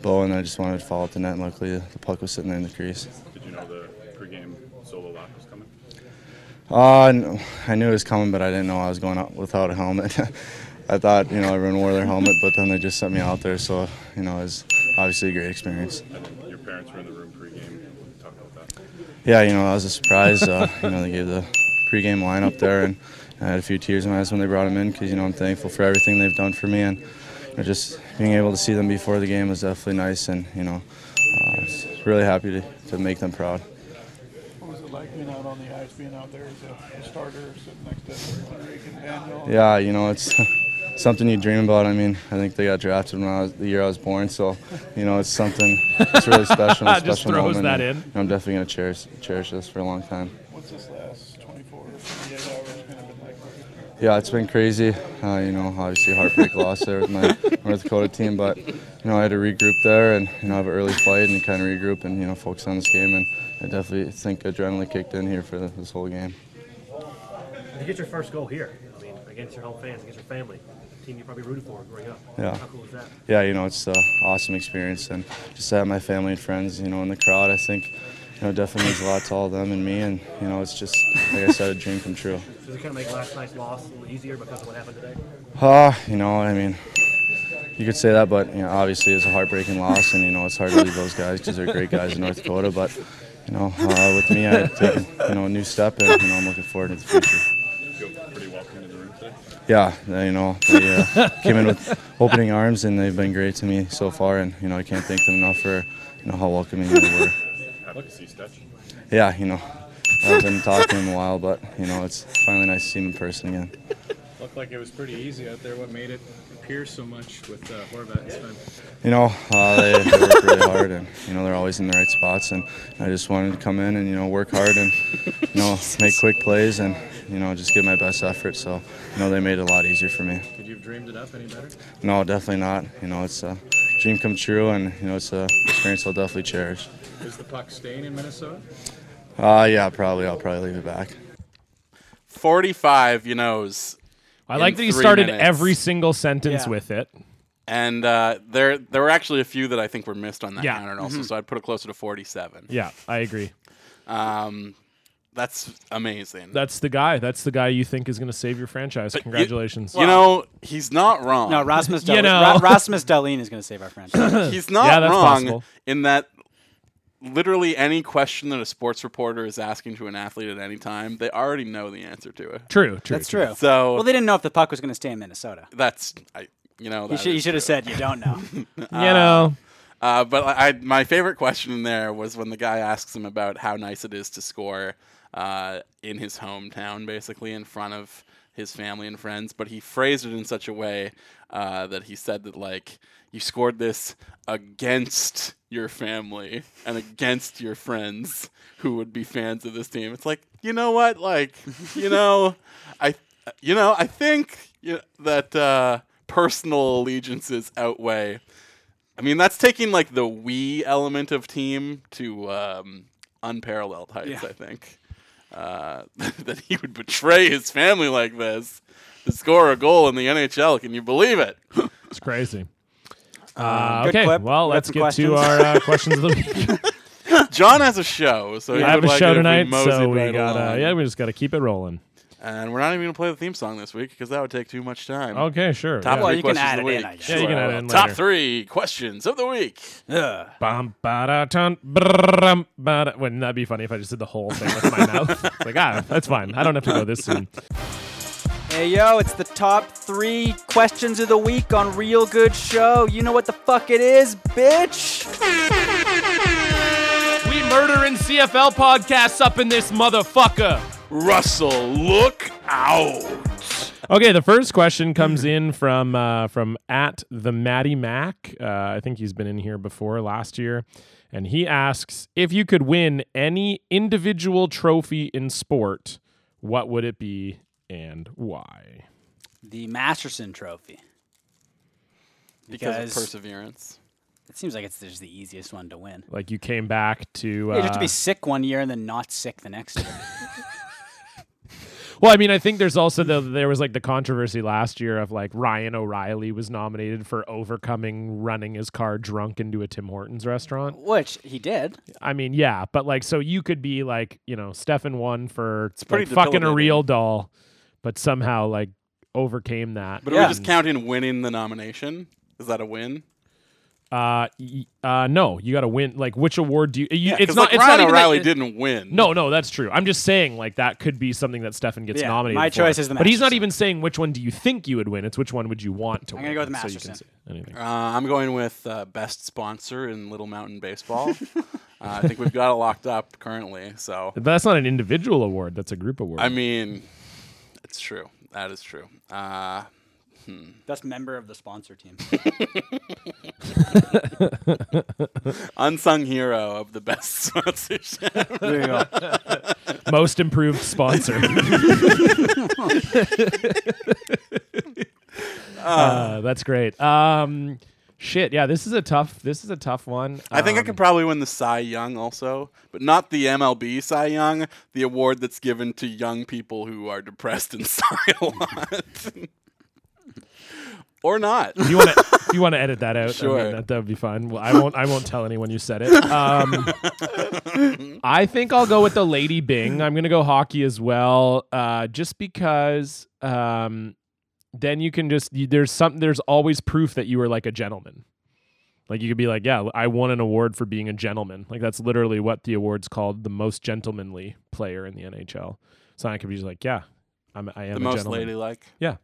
Bo, and I just wanted to fall at the net. And luckily the puck was sitting there in the crease.
Did you know the pregame solo lap was coming?
Uh, n- I knew it was coming, but I didn't know I was going out without a helmet. I thought, you know, everyone wore their helmet, but then they just sent me out there. So, you know, it was obviously a great experience.
I think your parents were in the room pregame. Talk about that.
Yeah, you know, that was a surprise. Uh, you know, they gave the pregame lineup there, and I had a few tears in my eyes when they brought him in because, you know, I'm thankful for everything they've done for me. And you know, just being able to see them before the game was definitely nice. And, you know, uh, I was really happy to, to make them proud.
What was it like being out on the ice, being out there as a starter, sitting next to Henrik and Daniel?
Yeah, you know, it's something you dream about. I mean, I think they got drafted when I was the year I was born, so you know, it's something. It's really special.
Just
a special
throws
moment,
that
and
in.
I'm definitely gonna cherish cherish this for a long time.
What's this last 24 or 48 hours going to be like?
Yeah, it's been crazy. Uh, you know, obviously heartbreak loss there with my North Dakota team, but you know, I had to regroup there and you know have an early flight and kind of regroup and you know focus on this game. And I definitely think adrenaline kicked in here for the, this whole game.
You get your first goal here. I mean, against your home fans, against your family, the team you probably rooted for growing up.
Yeah.
How cool is that?
yeah, you know, it's an awesome experience, and just to have my family and friends, you know, in the crowd, I think, you know, definitely means a lot to all of them and me, and you know, it's just like I said, a dream come true.
Does it kind of make last night's loss a little easier because of what happened today?
Uh, you know, I mean, you could say that, but you know, obviously it's a heartbreaking loss, and you know, it's hard to leave those guys because they're great guys in North Dakota, but you know, uh, with me, I took you know a new step, and you know, I'm looking forward to the future.
You feel pretty welcome into the room today.
Yeah, they, you know, they uh, came in with opening arms, and they've been great to me so far, and you know, I can't thank them enough for you know how welcoming they were.
Happy to see Stetch.
Yeah, you know, I haven't talked to him in a while, but you know, it's finally nice to see him in person again.
Looked like it was pretty easy out there. What made it appear so much with uh, Horvat and Sven?
You know, uh, they, they work really hard, and you know, they're always in the right spots. And I just wanted to come in and you know work hard and you know make quick plays and you know just give my best effort. So you know, they made it a lot easier for me.
Could you have dreamed it up any better?
No, definitely not. You know, it's a dream come true, and you know, it's a experience I'll definitely cherish.
Is the puck staying in Minnesota?
Uh, yeah, probably I'll probably leave it back.
45, you knows.
I
In
like that he
three
started
minutes.
every single sentence
Yeah.
with it.
And uh, there there were actually a few that I think were missed on that
Yeah. Mm-hmm.
counter also, so I'd put it closer to 47.
Yeah, I agree.
Um, that's amazing.
That's the guy. That's the guy you think is going to save your franchise. Congratulations.
Uh, you know, he's not wrong.
No, Rasmus.
You
Dahlin,
know.
Ra- Rasmus Dahlin is going to save our franchise.
he's not
Yeah, that's
wrong
possible.
in that literally any question that a sports reporter is asking to an athlete at any time, they already know the answer to it.
true, true.
That's true.
So-
well, they didn't know if the puck was going to stay in Minnesota.
That's I you know
You
that
should, you
is
should have
true.
said you don't know.
You know,
Uh, but I, I my favorite question in there was when the guy asks him about how nice it is to score uh, in his hometown, basically in front of his family and friends. But he phrased it in such a way uh, that he said that like you scored this against your family and against your friends who would be fans of this team. It's like you know what, like you know, I you know I think you that uh, personal allegiances outweigh. I mean, that's taking like the we element of team to um, unparalleled heights.
Yeah.
I think uh, that he would betray his family like this to score a goal in the NHL. Can you believe it?
it's crazy. Uh,
um, good
okay,
clip.
well,
We got
let's
some
get to
questions.
our uh, questions of the week.
John has a show, so he
I have
would
a
like it
show
if we
tonight,
moseyed
so we
right
gotta
along.
yeah, we just gotta keep it rolling.
and we're not even gonna play the theme song this week because that would take too much time.
Okay, sure.
Top
yeah.
Well,
three
you can
questions
add
of the
it
week.
in, I guess.
Yeah, you can add it in
Top
later.
three questions of the week.
Ugh.
Bum, ba-da, dun, ba-da-dum, ba-da. Wouldn't that be funny if I just did the whole thing with my mouth? It's like, ah, that's fine. I don't have to go this soon.
Hey yo, it's the top three questions of the week on Real Good Show. You know what the fuck it is, bitch.
We murdering CFL podcasts up in this motherfucker.
Russell, look out!
Okay, the first question comes in from uh, from at the Matty Mac. Uh, I think he's been in here before last year, and he asks if you could win any individual trophy in sport, what would it be and why?
The Masterson Trophy.
because of
Because-
perseverance.
It seems like it's just the easiest one to win.
Like you came back to. Uh,
yeah, just to be sick one year and then not sick the next year.
Well, I mean, I think there's also the there was like the controversy last year of like Ryan O'Reilly was nominated for overcoming running his car drunk into a Tim Hortons
Oh.
restaurant.
Which he did.
I mean, yeah, but like so you could be like, you know, Stefan won for
pretty
like, fucking a
debilitating.
real doll, but somehow like overcame that.
But are
Yeah.
we just counting winning the nomination? Is that a win?
uh, y- uh no, you got to win like which award do you, you
Yeah,
it's
'cause,
not
like
it's
Ryan
not even that-
O'Reilly didn't win.
No, no, that's true. I'm just saying, like that could be something that Stefan gets
Yeah,
nominated.
my
for.
choice is the
But he's not
Masters.
even saying which one do you think you would win. It's which one would you want to
I'm gonna
win.
go with the
so you
Masters
can
then.
say anything.
Uh, I'm going with uh, best sponsor in Little Mountain Baseball. uh, I think we've got it locked up currently. So
That's not an individual award. That's a group award.
I mean, it's true. That is true. Uh,
Best member of the sponsor team.
unsung hero of the best sponsorship.
there you go.
Most improved sponsor. Uh, that's great. Um, shit. Yeah, this is a tough. This is a tough one.
I think I
Um,
could probably win the Cy Young also, but not the MLB Cy Young, the award that's given to young people who are depressed and sigh a lot. or not.
If you want to, if you want to edit that out, I
Sure.
mean, that that would be fun. Well, I won't. I won't tell anyone you said it. Um, I think I'll go with the Lady Bing. I'm gonna go hockey as well, uh, just because. Um, then you can just you, there's some there's always proof that you were like a gentleman. Like you could be like, yeah, I won an award for being a gentleman. Like that's literally what the award's called, the most gentlemanly player in the NHL. So I could be just like, yeah, I'm, I am
The
a
most
gentleman.
ladylike.
Yeah.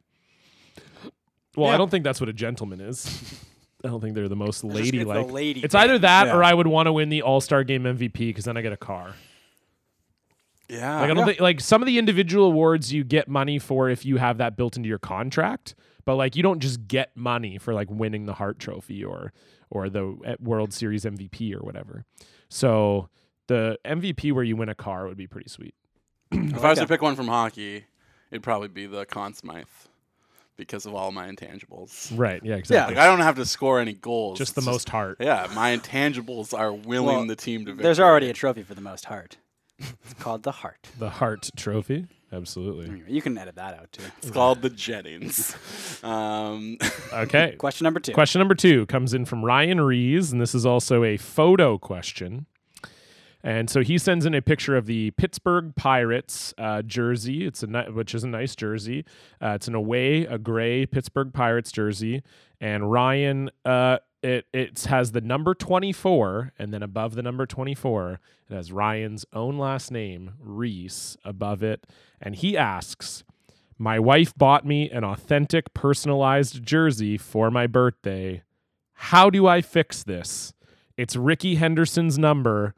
Well, I
Yeah.
don't think that's what a gentleman is. I don't think they're the most
just- it's the
ladylike.
lady
It's either
thing.
that
Yeah.
or I would want to win the All Star Game MVP because then I get a car.
Yeah.
Like I don't think like some of the individual awards you get money for if you have that built into your contract, but like you don't just get money for like winning the Hart Trophy or or the uh, World Series MVP or whatever. So the MVP where you win a car would be pretty sweet.
If I was to pick one from hockey, it'd probably be the Conn Smythe because of all my intangibles.
Right? Yeah.
Like
Exactly.
I don't have to score any goals.
just the
It's
most heart.
Yeah, my intangibles are willing
Well,
the team to victory.
There's already a trophy for the most heart. It's called the heart.
The Hart Trophy. Absolutely.
You can edit that out too.
It's called the Jennings. Um,
Okay.
Question number two.
Question number two comes in from Ryan Rees, and this is also a photo question. And so he sends in a picture of the Pittsburgh Pirates uh, jersey. It's a ni- which is a nice jersey. Uh, it's an away, a gray Pittsburgh Pirates jersey. And Ryan, uh, it it has the number twenty four, and then above the number twenty four, it has Ryan's own last name, Reese, above it. And he asks, my wife bought me an authentic personalized jersey for my birthday. How do I fix this? It's Ricky Henderson's number,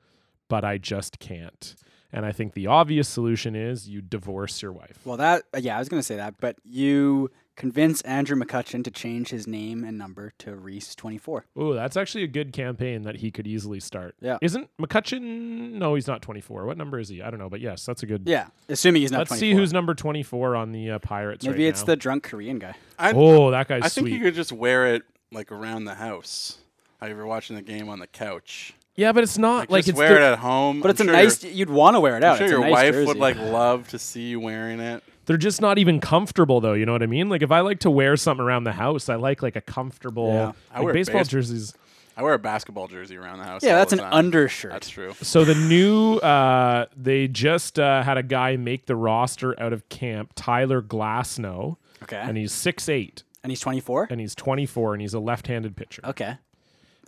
but I just can't. And I think the obvious solution is you divorce your wife.
Well, that uh, yeah, I was gonna say that, but you convince Andrew McCutcheon to change his name and number to Reese twenty four.
Ooh, that's actually a good campaign that he could easily start.
Yeah.
Isn't McCutcheon? No, he's not 24. What number is he? I don't know, but yes, that's a good.
Yeah, assuming he's not.
Let's
24.
see who's number 24 on the uh, Pirates.
Maybe
right
it's
now.
the drunk Korean guy.
I,
Oh, that guy's
I think
sweet.
you could just wear it like around the house. How you were watching the game on the couch.
yeah, but it's not
Like,
like,
just
it's
wear
the-
it at home.
But
I'm
it's a
sure
nice.
Your,
You'd want to wear it out.
I'm sure
it's a
your
nice
wife
jersey.
would like love to see you wearing it.
they're just not even comfortable though you know what i mean like if i like to wear something around the house i like like a comfortable
Yeah.
I
like,
wear
baseball
base-
jerseys
I wear a basketball jersey around the house.
Yeah,
all
that's
the
an
time.
undershirt.
That's true.
so the new uh they just uh, had a guy make the roster out of camp tyler glasnow
okay,
and he's six eight,
and he's twenty four.
and he's 24 and he's a left-handed pitcher
Okay,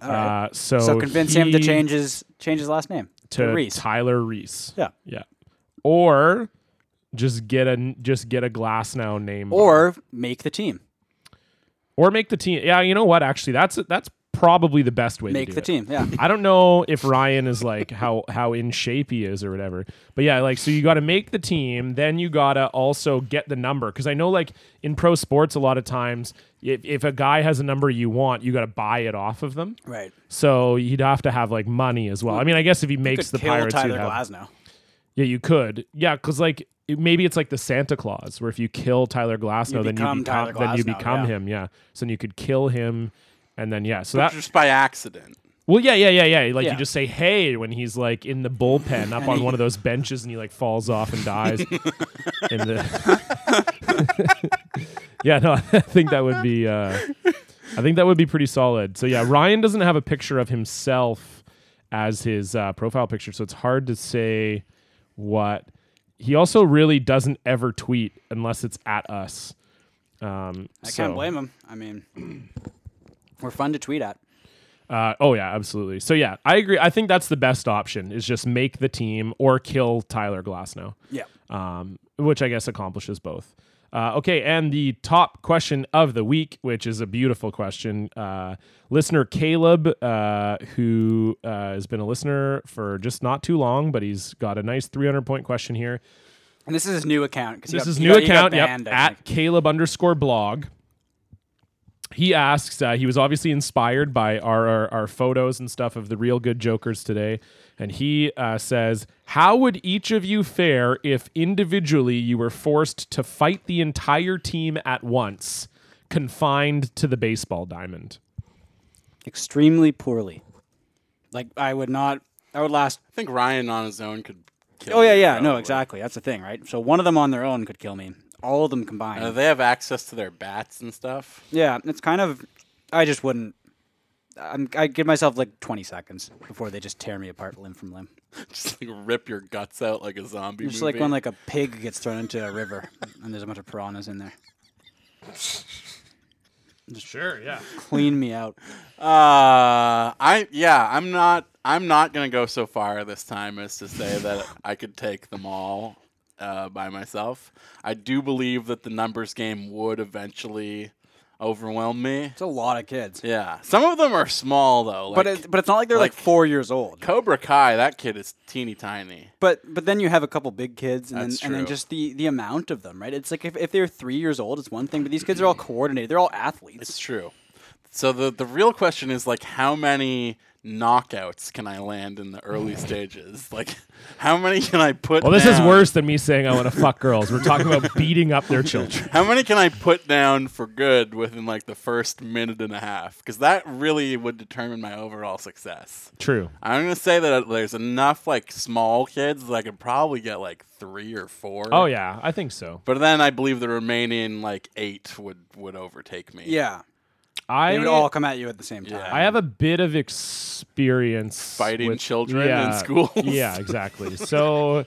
all right.
uh, so
so convince him to
he-
change his change his last name
to
Reese.
tyler reese
Yeah.
yeah or just get a just get a glasnow name
or make the team.
or make the team yeah you know what actually that's that's probably the best way to
Make
do
the
it.
team. Yeah.
I don't know if Ryan is like how how in shape he is or whatever. But yeah, like so you got to make the team, then you got to also get the number cuz I know like in pro sports a lot of times if if a guy has a number you want, you got to buy it off of them.
right.
So you'd have to have like money as well. I mean, I guess if he makes
Could
the
kill
Pirates you'd
Tyler
have-
Glasnow.
Yeah, you could. Yeah, cuz like it- maybe it's like the Santa Claus where if you kill Tyler Glasnow then you
become
become
Tyler
then you
Glasnow,
become
yeah.
him, yeah. So then you could kill him And then yeah, so that
just by accident.
well yeah yeah yeah yeah like
Yeah.
you just say hey when he's like in the bullpen up on one of those benches and he like falls off and dies. in the yeah no I think that would be uh, I think that would be pretty solid. So yeah, Ryan doesn't have a picture of himself as his uh, profile picture, so it's hard to say what. He also really doesn't ever tweet unless it's at us. Um,
I can't blame him. I mean, we're fun to tweet at.
Uh, oh yeah, absolutely. So yeah, I agree. I think that's the best option is just make the team or kill Tyler Glasnow.
Yeah.
Um, which I guess accomplishes both. Uh, okay, and the top question of the week, which is a beautiful question, uh, listener Caleb, uh, who uh, has been a listener for just not too long, but he's got a nice 300 point question here.
And this is his new account. 'cause he
This
got-
is
he
new
got- he got
account yep,
banned, I
at
think.
Caleb underscore blog. He asks. Uh, he was obviously inspired by our, our our photos and stuff of the real good jokers today, and he uh, says, "How would each of you fare if individually you were forced to fight the entire team at once, confined to the baseball diamond?"
extremely poorly. Like I would not. I would last.
I think Ryan on his own could. kill
Oh yeah,
you,
yeah. No,
probably.
exactly. That's the thing, right? So one of them on their own could kill me. All of them combined.
Uh, they have access to their bats and stuff.
yeah, it's kind of. I just wouldn't. I'm, I give myself like 20 seconds before they just tear me apart limb from limb.
Just like rip your guts out like a zombie.
Just
movie.
like when like a pig gets thrown into a river and there's a bunch of piranhas in there.
Sure. Yeah.
Clean me out.
Uh, I yeah, I'm not. I'm not gonna go so far this time as to say that I could take them all uh, by myself. I do believe that the numbers game would eventually overwhelm me.
It's a lot of kids.
Yeah, some of them are small though. Like
but it, but it's not like they're like,
like-
four years old.
Cobra Kai, that kid is teeny tiny.
But but then you have a couple big kids, and then
That's
and then
true.
just the the amount of them, right? It's like if, if they're three years old, it's one thing, but these kids are all coordinated. They're all athletes.
Mm-hmm. It's true. So the the real question is like how many knockouts can I land in the early stages? Like how many can I put
Well, this is
down?
worse than me saying I want to fuck girls. We're talking about beating up their children.
How many can I put down for good within like the first minute and a half? Cuz that really would determine my overall success.
True.
I'm going to say that there's enough like small kids that I could probably get like 3 or 4.
Oh yeah, I think so.
But then I believe the remaining like 8 would would overtake me.
Yeah,
I
they would all come at you at the same time.
I have a bit of experience
Fighting
with-
children
yeah,
in schools.
Yeah, exactly. So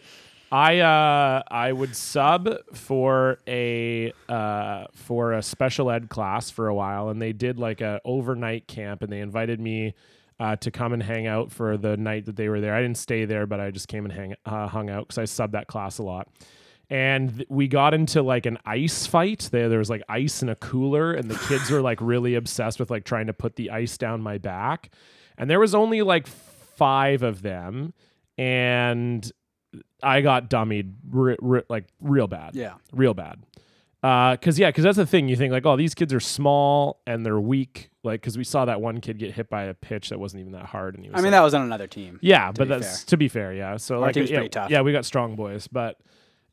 I uh, I would sub for a uh, for a special ed class for a while, and they did like a overnight camp, and they invited me. Uh, to come and hang out for the night that they were there. I didn't stay there, but I just came and hang, uh, hung out because I subbed that class a lot. And th- we got into like an ice fight. There, there was like ice in a cooler, and the kids were like really obsessed with like trying to put the ice down my back. And there was only like five of them, and I got dummied re- re- like real bad.
Yeah.
real bad. Because yeah, because that's the thing. You think like, oh, these kids are small and they're weak. Like, because we saw that one kid get hit by a pitch that wasn't even that hard, and he was.
I mean,
like-
that was on another team.
yeah, but
be
that's
fair.
to be fair. Yeah, so like,
team's
yeah,
pretty tough.
yeah, we got strong boys, but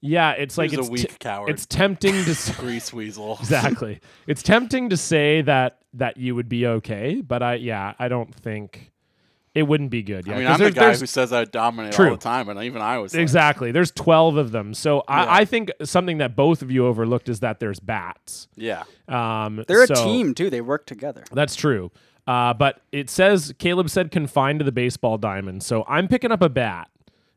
yeah, it's like
He's a
it's
weak coward.
It's tempting to s-
Grease weasel.
exactly. It's tempting to say that that you would be okay, but I yeah, I don't think it wouldn't be good. Yeah,
I mean,
'cause
I'm the
there's-
guy
there's-
who says I dominate all
True.
the time, and even I was like,
exactly. There's twelve of them, so
Yeah.
I, I think something that both of you overlooked is that there's bats.
yeah.
Um,
They're
so-
a team too. They work together.
That's true. Uh, but it says Caleb said confined to the baseball diamond. So I'm picking up a bat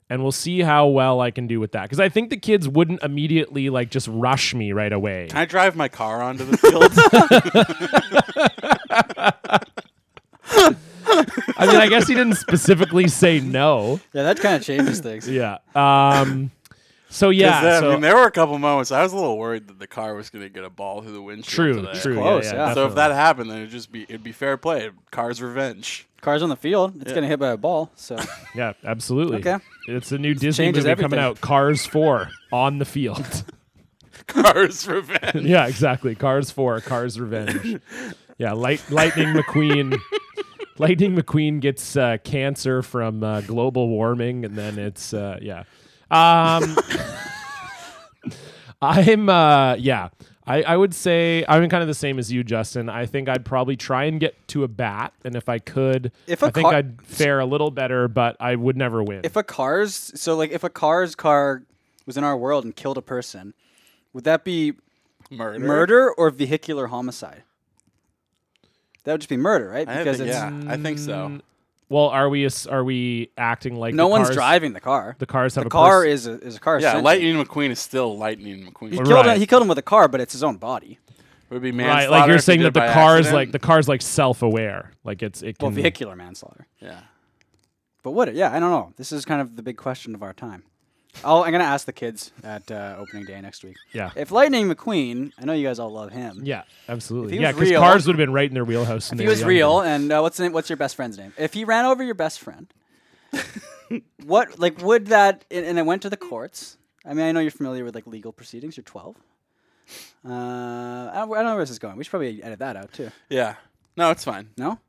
and we'll see how well I can do with that. Because I think the kids wouldn't immediately like just rush me right away.
Can I drive my car onto the field?
I mean, I guess he didn't specifically say no.
Yeah, that kind of changes things.
Yeah. Um, so yeah.
'Cause, uh,
so-
I mean, there were a couple moments I was a little worried that the car was going to get a ball through the windshield.
true.
today.
True. yeah,
Close,
yeah,
yeah.
So if
definitely.
that happened, then it'd just be it'd be fair play. Car's revenge.
Cars on the field. It's gonna hit by a ball. So
Yeah, absolutely.
Okay.
It's a new Disney movie
changes
coming
everything.
out, Cars 4 on the field.
Car's revenge.
yeah, exactly. Cars Four, Cars Revenge. Yeah, light, Lightning McQueen. Lightning McQueen gets uh, cancer from uh, global warming, and then it's uh, yeah. Um, I'm uh, yeah. I, I would say I'm kind of the same as you, Justin. I think I'd probably try and get to a bat, and if I could,
If
I
a
think
car-
I'd fare a little better, but I would never win.
If a car's so like if a car's car was in our world and killed a person, would that be
Murder.
murder or vehicular homicide? That would just be murder, right?
I have to- yeah,
Mm,
I think
mm,
so.
well, are we ass- are we acting like
no
the
one's
cars-
driving the car.
The cars have
The
a
car
pers-
is a, is a car.
Yeah,
essentially.
Lightning McQueen is still Lightning McQueen.
He
It
killed him,
Right.
he killed him with a car, but it's his own body.
would be
right.
manslaughter.
Like you're
if he
saying
did it
that the
by
car is
accident.
like the car's like self-aware, like it's it
Well,
can
vehicular manslaughter.
Yeah.
But what? Yeah, I don't know. This is kind of the big question of our time. I'll, I'm gonna ask the kids at uh, opening day next week.
Yeah.
If Lightning McQueen, I know you guys all love him.
Yeah, absolutely.
he
Yeah,
was
because
real-
cars would have been right in their wheelhouse.
If he was real, and uh, what's the name, what's your best friend's name? If he ran over your best friend, what like would that? And, and it went to the courts. I mean, I know you're familiar with like legal proceedings. You're 12. Uh, I don't, I don't know where this is going. We should probably edit that out too.
Yeah. No, it's fine.
No.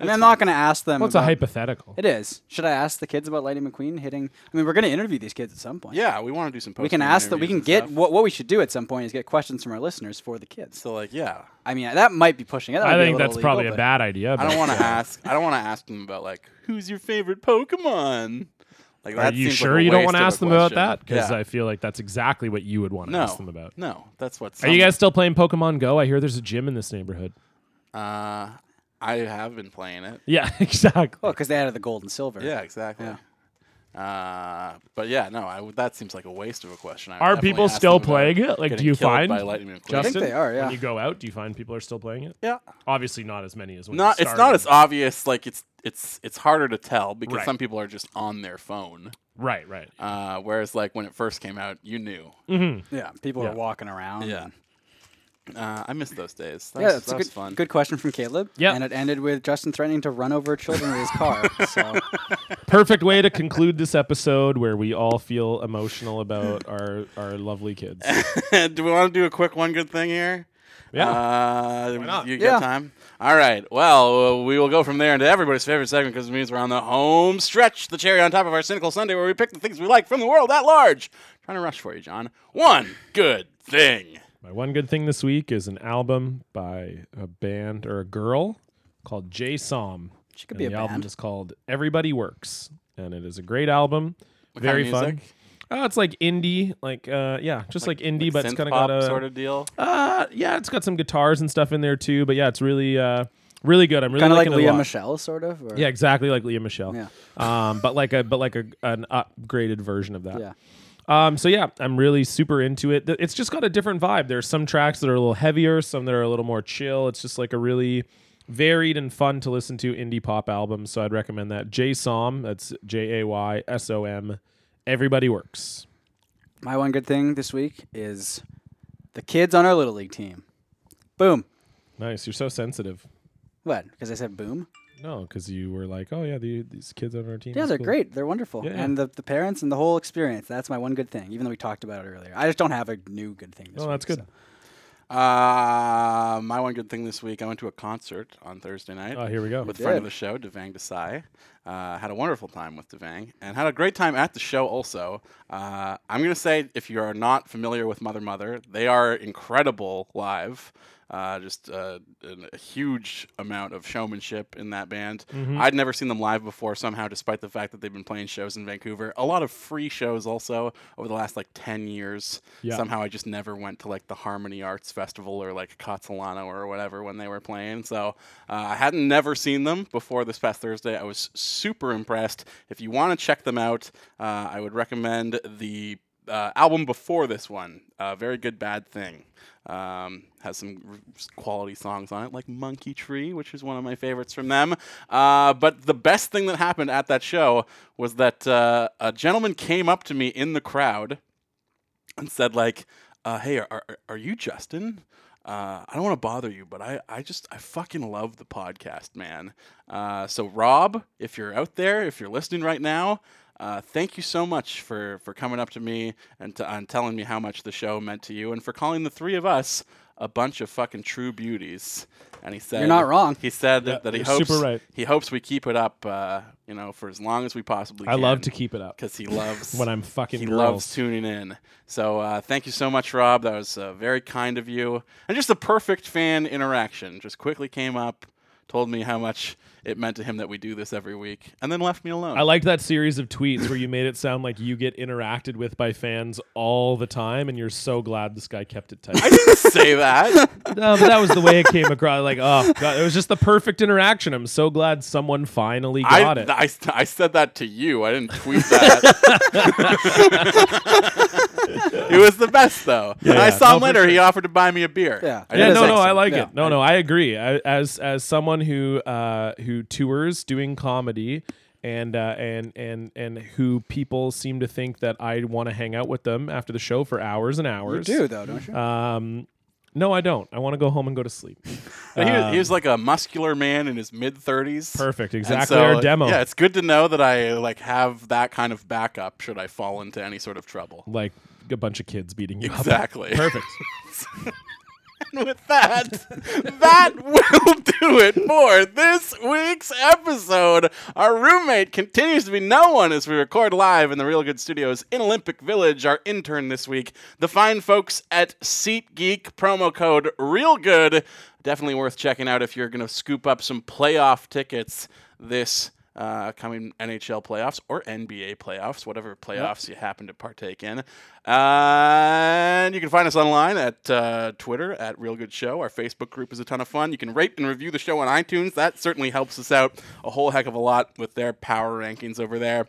I mean, I'm not gonna ask them.
What's a
about-
hypothetical?
It is. Should I ask the kids about Lightning McQueen hitting? I mean, we're going to interview these kids at some point.
Yeah, we want to do some.
We can
post-game
ask that. We can
interviews and
get
stuff.
what what we should do at some point is get questions from our listeners for the kids.
So like, yeah,
I mean, that might be pushing it. That
I
might be a
think
little
that's probably
illegal,
a
but-
bad idea.
I
but-
don't want to ask. I don't want to ask them about like who's your favorite Pokemon. Like,
Are
that
you
seems
sure
like a
you don't
waste
want to
of a
ask them about
question.
that? Because
yeah.
I feel like that's exactly what you would want to
no,
ask them about.
no, that's what.
Are you guys still playing Pokemon Go? I hear there's a gym in this neighborhood.
Uh, I have been playing it.
Yeah, exactly.
Well, because they added the gold and silver.
Yeah, exactly. Uh, but yeah, no, I would, that seems like a waste of a question. I would
Are
definitely
people
ask them
still
about
playing it? Like, do
getting
you
killed
find-
by lightning and
I think
Justin,
they are, yeah.
When you go out, do you find people are still playing it?
Yeah,
Obviously, not as many as when
not
You
it's not
started.
as obvious. Like it's it's it's harder to tell because
Right.
some people are just on their phone.
right, right.
Uh, whereas like when it first came out, you knew.
Yeah, people
Yeah.
are walking around.
Yeah.
and-
Um, Uh, I miss those days. That
yeah,
was,
that's
that
a
was
good,
fun.
good question from Caleb.
Yep.
and it ended with Justin threatening to run over children with his car. So
Perfect way to conclude this episode where we all feel emotional about our our lovely kids.
do we want to do a quick one good thing here?
Yeah.
Uh, You got
Yeah.
time? All right. Well, uh, we will go from there into everybody's favorite segment because it means we're on the home stretch, the cherry on top of our cynical Sunday where we pick the things we like from the world at large. Trying to rush for you, John. One good thing.
My one good thing this week is an album by a band or a girl called J Som.
She could
And
be a
the album
band.
is called Everybody Works, and it is a great album.
kind
Very
of
fun.
music?
Oh, it's like indie, like uh, yeah, just like, indie, but it's
synth
kind of
pop
got a
sort of deal.
uh, yeah, it's got some guitars and stuff in there too. But yeah, it's really uh, really good. I'm really
kind of like
liking it a
Leah
lot.
Michelle, sort of. Or?
Yeah, exactly like Leah Michelle.
Yeah.
Um, but like a but like a an upgraded version of that.
Yeah.
Um, so yeah, I'm really super into it. Th- It's just got a different vibe. There's some tracks that are a little heavier, some that are a little more chill. It's just like a really varied and fun to listen to indie pop album. So I'd recommend that. J Som, that's J A Y S O M. Everybody works.
My one good thing this week is the kids on our little league team. Boom.
Nice. You're so sensitive.
What? Because I said boom.
No, because you were like, oh yeah, the, these kids on our team.
Yeah,
is
they're
cool.
great. They're wonderful.
Yeah.
And the, the parents and the whole experience. That's my one good thing, even though we talked about it earlier. I just don't have a new good thing this week,
Oh, that's good.
so.
Uh, my one good thing this week, I went to a concert on Thursday night.
Oh, here we go.
With friend of
did.
the show, Devang Desai. Uh, had a wonderful time with Devang and had a great time at the show also. Uh, I'm going to say, if you are not familiar with Mother Mother, they are incredible live. Uh, just uh, an, a huge amount of showmanship in that band.
Mm-hmm.
I'd never seen them live before somehow, despite the fact that they've been playing shows in Vancouver. A lot of free shows also over the last like 10 years.
Yeah.
Somehow somehow I just never went to like the Harmony Arts Festival or like Catalano or whatever when they were playing. So uh, I hadn't never seen them before this past Thursday. I was super impressed. If you want to check them out, uh, I would recommend the uh, album before this one, uh, Very Good Bad Thing. Um, has some r- quality songs on it, like Monkey Tree, which is one of my favorites from them. Uh, but the best thing that happened at that show was that uh, a gentleman came up to me in the crowd and said like, uh, "Hey, are, are are you Justin? Uh, I don't want to bother you, but I, I just I fucking love the podcast, man. Uh, so Rob, if you're out there, if you're listening right now." Uh, thank you so much for, for coming up to me and, to, and telling me how much the show meant to you and for calling the three of us a bunch of fucking true beauties. and he said,
not wrong.
He said
Yeah,
that he
you're
hopes
super right.
he hopes we keep it up, uh, you know, for as long as we possibly.
I
can.
love to keep it up
because he loves
when I'm fucking
he
girls.
loves tuning in. So uh, thank you so much, Rob. That was uh, very kind of you, and just the perfect fan interaction. Just quickly came up, told me how much it meant to him that we do this every week, and then left me alone.
I liked that series of tweets where you made it sound like you get interacted with by fans all the time, and you're so glad this guy kept it tight.
I didn't say that.
no, uh, but that was the way it came across. Like, oh, God, it was just the perfect interaction. I'm so glad someone finally
I,
got it.
I, st- I said that to you. I didn't tweet that. it was the best though. and I
yeah.
saw him
No, for
later. He
sure.
offered to buy me a beer.
Yeah.
I
yeah,
did
no,
say
no, I
something.
like
Yeah.
it. No, no, I agree. I, as as someone who uh, who tours doing comedy and uh, and and and who people seem to think that I want to hang out with them after the show for hours and
You
hours.
do though, don't you?
Um, no, I don't. I want to go home and go to sleep.
But he, was, he was like a muscular man in his mid thirties.
Um, Perfect,
And
exactly our demo.
Yeah, it's good to know that I like have that kind of backup should I fall into any sort of trouble.
like a bunch of kids beating you up.
Exactly.
Perfect.
And with that, that will do it for this week's episode. Our roommate continues to be no one as we record live in the Real Good Studios in Olympic Village. Our intern this week, the fine folks at SeatGeek, promo code RealGood. Definitely worth checking out if you're going to scoop up some playoff tickets this uh, coming NHL playoffs or NBA playoffs, whatever playoffs you happen to partake in. And you can find us online at uh, Twitter at Real Good Show. Our Facebook group is a ton of fun. You can rate and review the show on iTunes. That certainly helps us out a whole heck of a lot with their power rankings over there.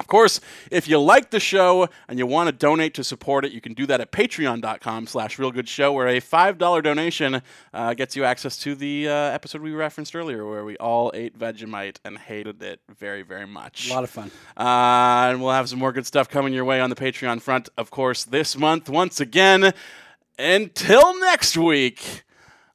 Of course, if you like the show and you want to donate to support it, you can do that at patreon.com slash realgoodshow, where a $5 donation uh, gets you access to the uh, episode we referenced earlier, where we all ate Vegemite and hated it very, very much.
A lot of fun.
Uh, and we'll have some more good stuff coming your way on the Patreon front, of course, this month once again. Until next week,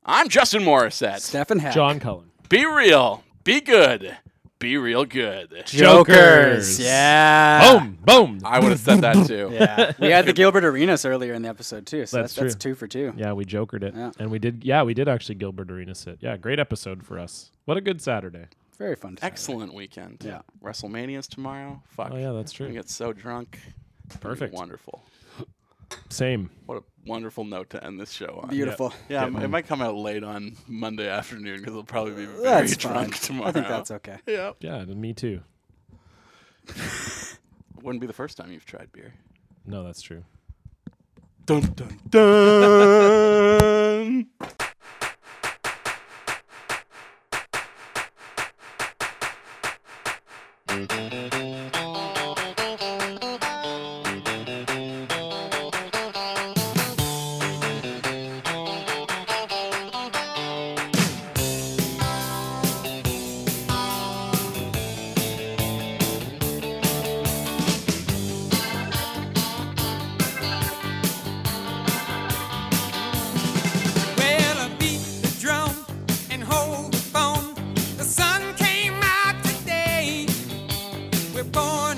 I'm Justin Morissette.
Stefan Heck.
John Cullen.
be real, be good, be real good.
Jokers. Oh.
Yeah.
Boom, boom.
I would have said that too.
Yeah. We had the Gilbert Arenas earlier in the episode too, so
That's
that's, that's,
true.
two for two.
Yeah, we jokered it.
Yeah.
And we did yeah, we did actually Gilbert Arenas it. Yeah, great episode for us. What a good Saturday.
Very fun. Time.
Excellent weekend.
Yeah.
WrestleMania's tomorrow. Fuck.
Oh yeah, that's
We
true.
get so drunk. It's gonna be
Perfect.
Wonderful.
Same.
What a wonderful note to end this show on.
Beautiful.
Yeah, it might come out late on Monday afternoon because it'll probably be very
That's fine.
drunk tomorrow.
I think that's okay.
Yeah.
Yeah, me too.
Wouldn't be the first time you've tried beer.
No, that's true.
Dun dun dun.
Well, I beat the drum and hold the phone. The sun came out today. We're born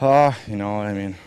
Uh, you know, I mean,